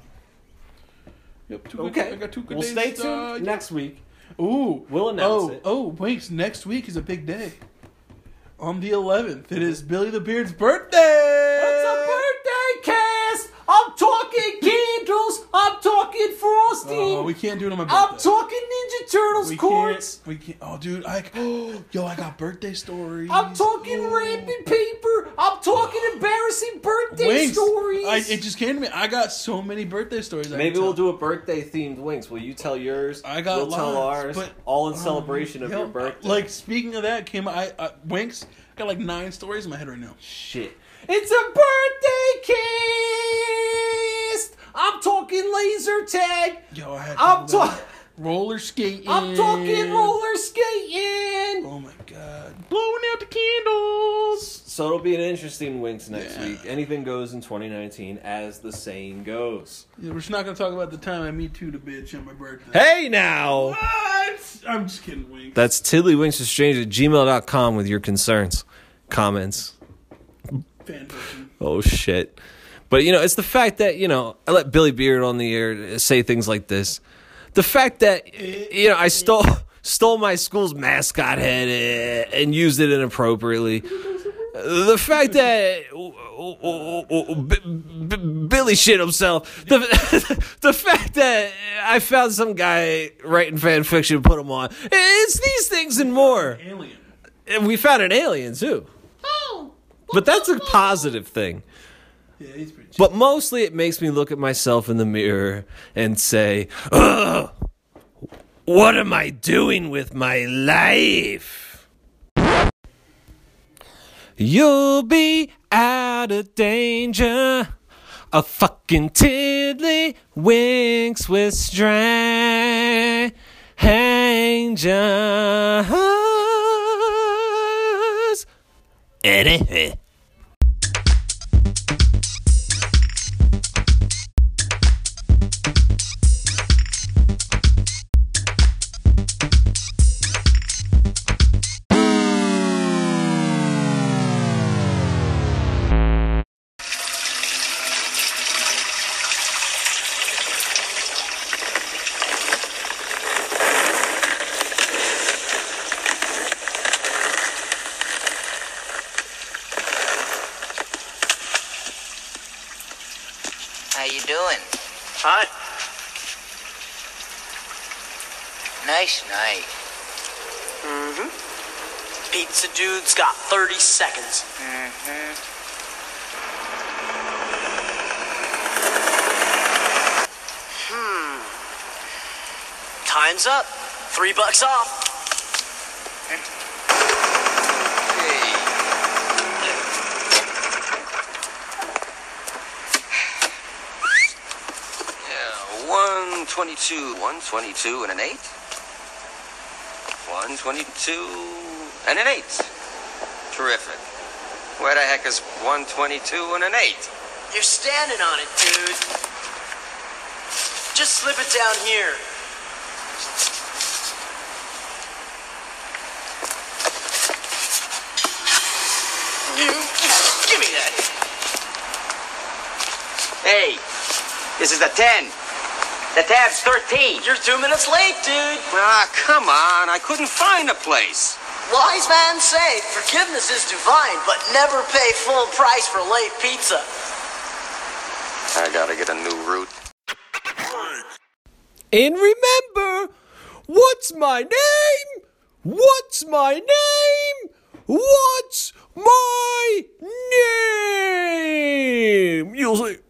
Speaker 8: Yep. Two
Speaker 7: Okay.
Speaker 8: Good, I got two good
Speaker 7: well,
Speaker 8: days.
Speaker 7: stay tuned
Speaker 8: uh, yeah.
Speaker 7: next week.
Speaker 8: Ooh.
Speaker 7: We'll announce
Speaker 8: oh,
Speaker 7: it.
Speaker 8: Oh, wait. Next week is a big day. On the 11th, it is Billy the Beard's birthday.
Speaker 5: It's a birthday cast! I'm talking candles! I'm talking frosting!
Speaker 8: Oh, we can't do it on my birthday.
Speaker 5: I'm talking Ninja Turtles
Speaker 8: we
Speaker 5: cords!
Speaker 8: can't. We can't. Oh, dude. I. Oh, (gasps) yo, I got birthday stories.
Speaker 5: I'm talking
Speaker 8: Oh.
Speaker 5: rampant paper! I'm talking embarrassing birthday
Speaker 8: Wings.
Speaker 5: stories!
Speaker 8: I, it just came to me. I got so many birthday stories. I
Speaker 7: Maybe
Speaker 8: can
Speaker 7: we'll
Speaker 8: tell.
Speaker 7: do a birthday themed wings. Will you tell yours?
Speaker 8: I got
Speaker 7: we'll tell ours.
Speaker 8: lots, but- um,
Speaker 7: all in celebration of
Speaker 8: Yo,
Speaker 7: your birthday.
Speaker 8: Like speaking of that, came I uh, Winks got like nine stories in my head right now.
Speaker 7: shit.
Speaker 5: It's a birthday cast! I'm talking laser tag!
Speaker 8: Yo, I had
Speaker 5: I'm
Speaker 8: people
Speaker 5: talking.
Speaker 8: that- roller skating.
Speaker 5: I'm talking roller skating!
Speaker 8: Oh my god, blowing out the candles.
Speaker 7: So it'll be an interesting Winks next
Speaker 8: Yeah.
Speaker 7: week. Anything goes in 2019, as the saying goes.
Speaker 8: Yeah, we're just not gonna talk about the time I me too the bitch on my birthday.
Speaker 7: Hey now!
Speaker 8: What? I'm just kidding, Winks.
Speaker 7: That's tiddlywinksusstrange at gmail.com with your concerns, comments.
Speaker 8: Fan fiction.
Speaker 7: Oh, shit. But, you know, it's the fact that, you know, I let Billy Beard on the air say things like this. The fact that, you know, I stole. Stole my school's mascot head eh, and used it inappropriately. The fact that oh, oh, oh, oh, oh, B- B- Billy shit himself. The, (laughs) the fact that I found some guy writing fan fiction and put him on. It's these things and more.
Speaker 8: Alien.
Speaker 7: And we found an alien too.
Speaker 3: Oh!
Speaker 7: But that's a positive thing.
Speaker 8: Yeah, he's pretty. Chill.
Speaker 7: But mostly it makes me look at myself in the mirror and say, Ugh, what am I doing with my life? You'll be out of danger. A fucking tiddly winks with strangers. Eddie.
Speaker 13: How you doing?
Speaker 4: Hi.
Speaker 13: Nice night.
Speaker 14: Pizza Dude's got 30 seconds.
Speaker 13: Mm-hmm.
Speaker 14: Hmm. Time's up. Three bucks off.
Speaker 12: Yeah, 122, 122 and an 8. 122 and an 8. Terrific. Where the heck is 122 and an 8?
Speaker 14: You're standing on it, dude. Just slip it down here. You, give me that.
Speaker 12: Hey, this is the 10. The tab's 13.
Speaker 14: You're two minutes late, dude.
Speaker 12: Ah, come on. I couldn't find a place.
Speaker 14: Wise man say, forgiveness is divine, but never pay full price for late pizza.
Speaker 12: I gotta get a new route.
Speaker 7: And remember, what's my name? What's my name? What's my name? You'll say,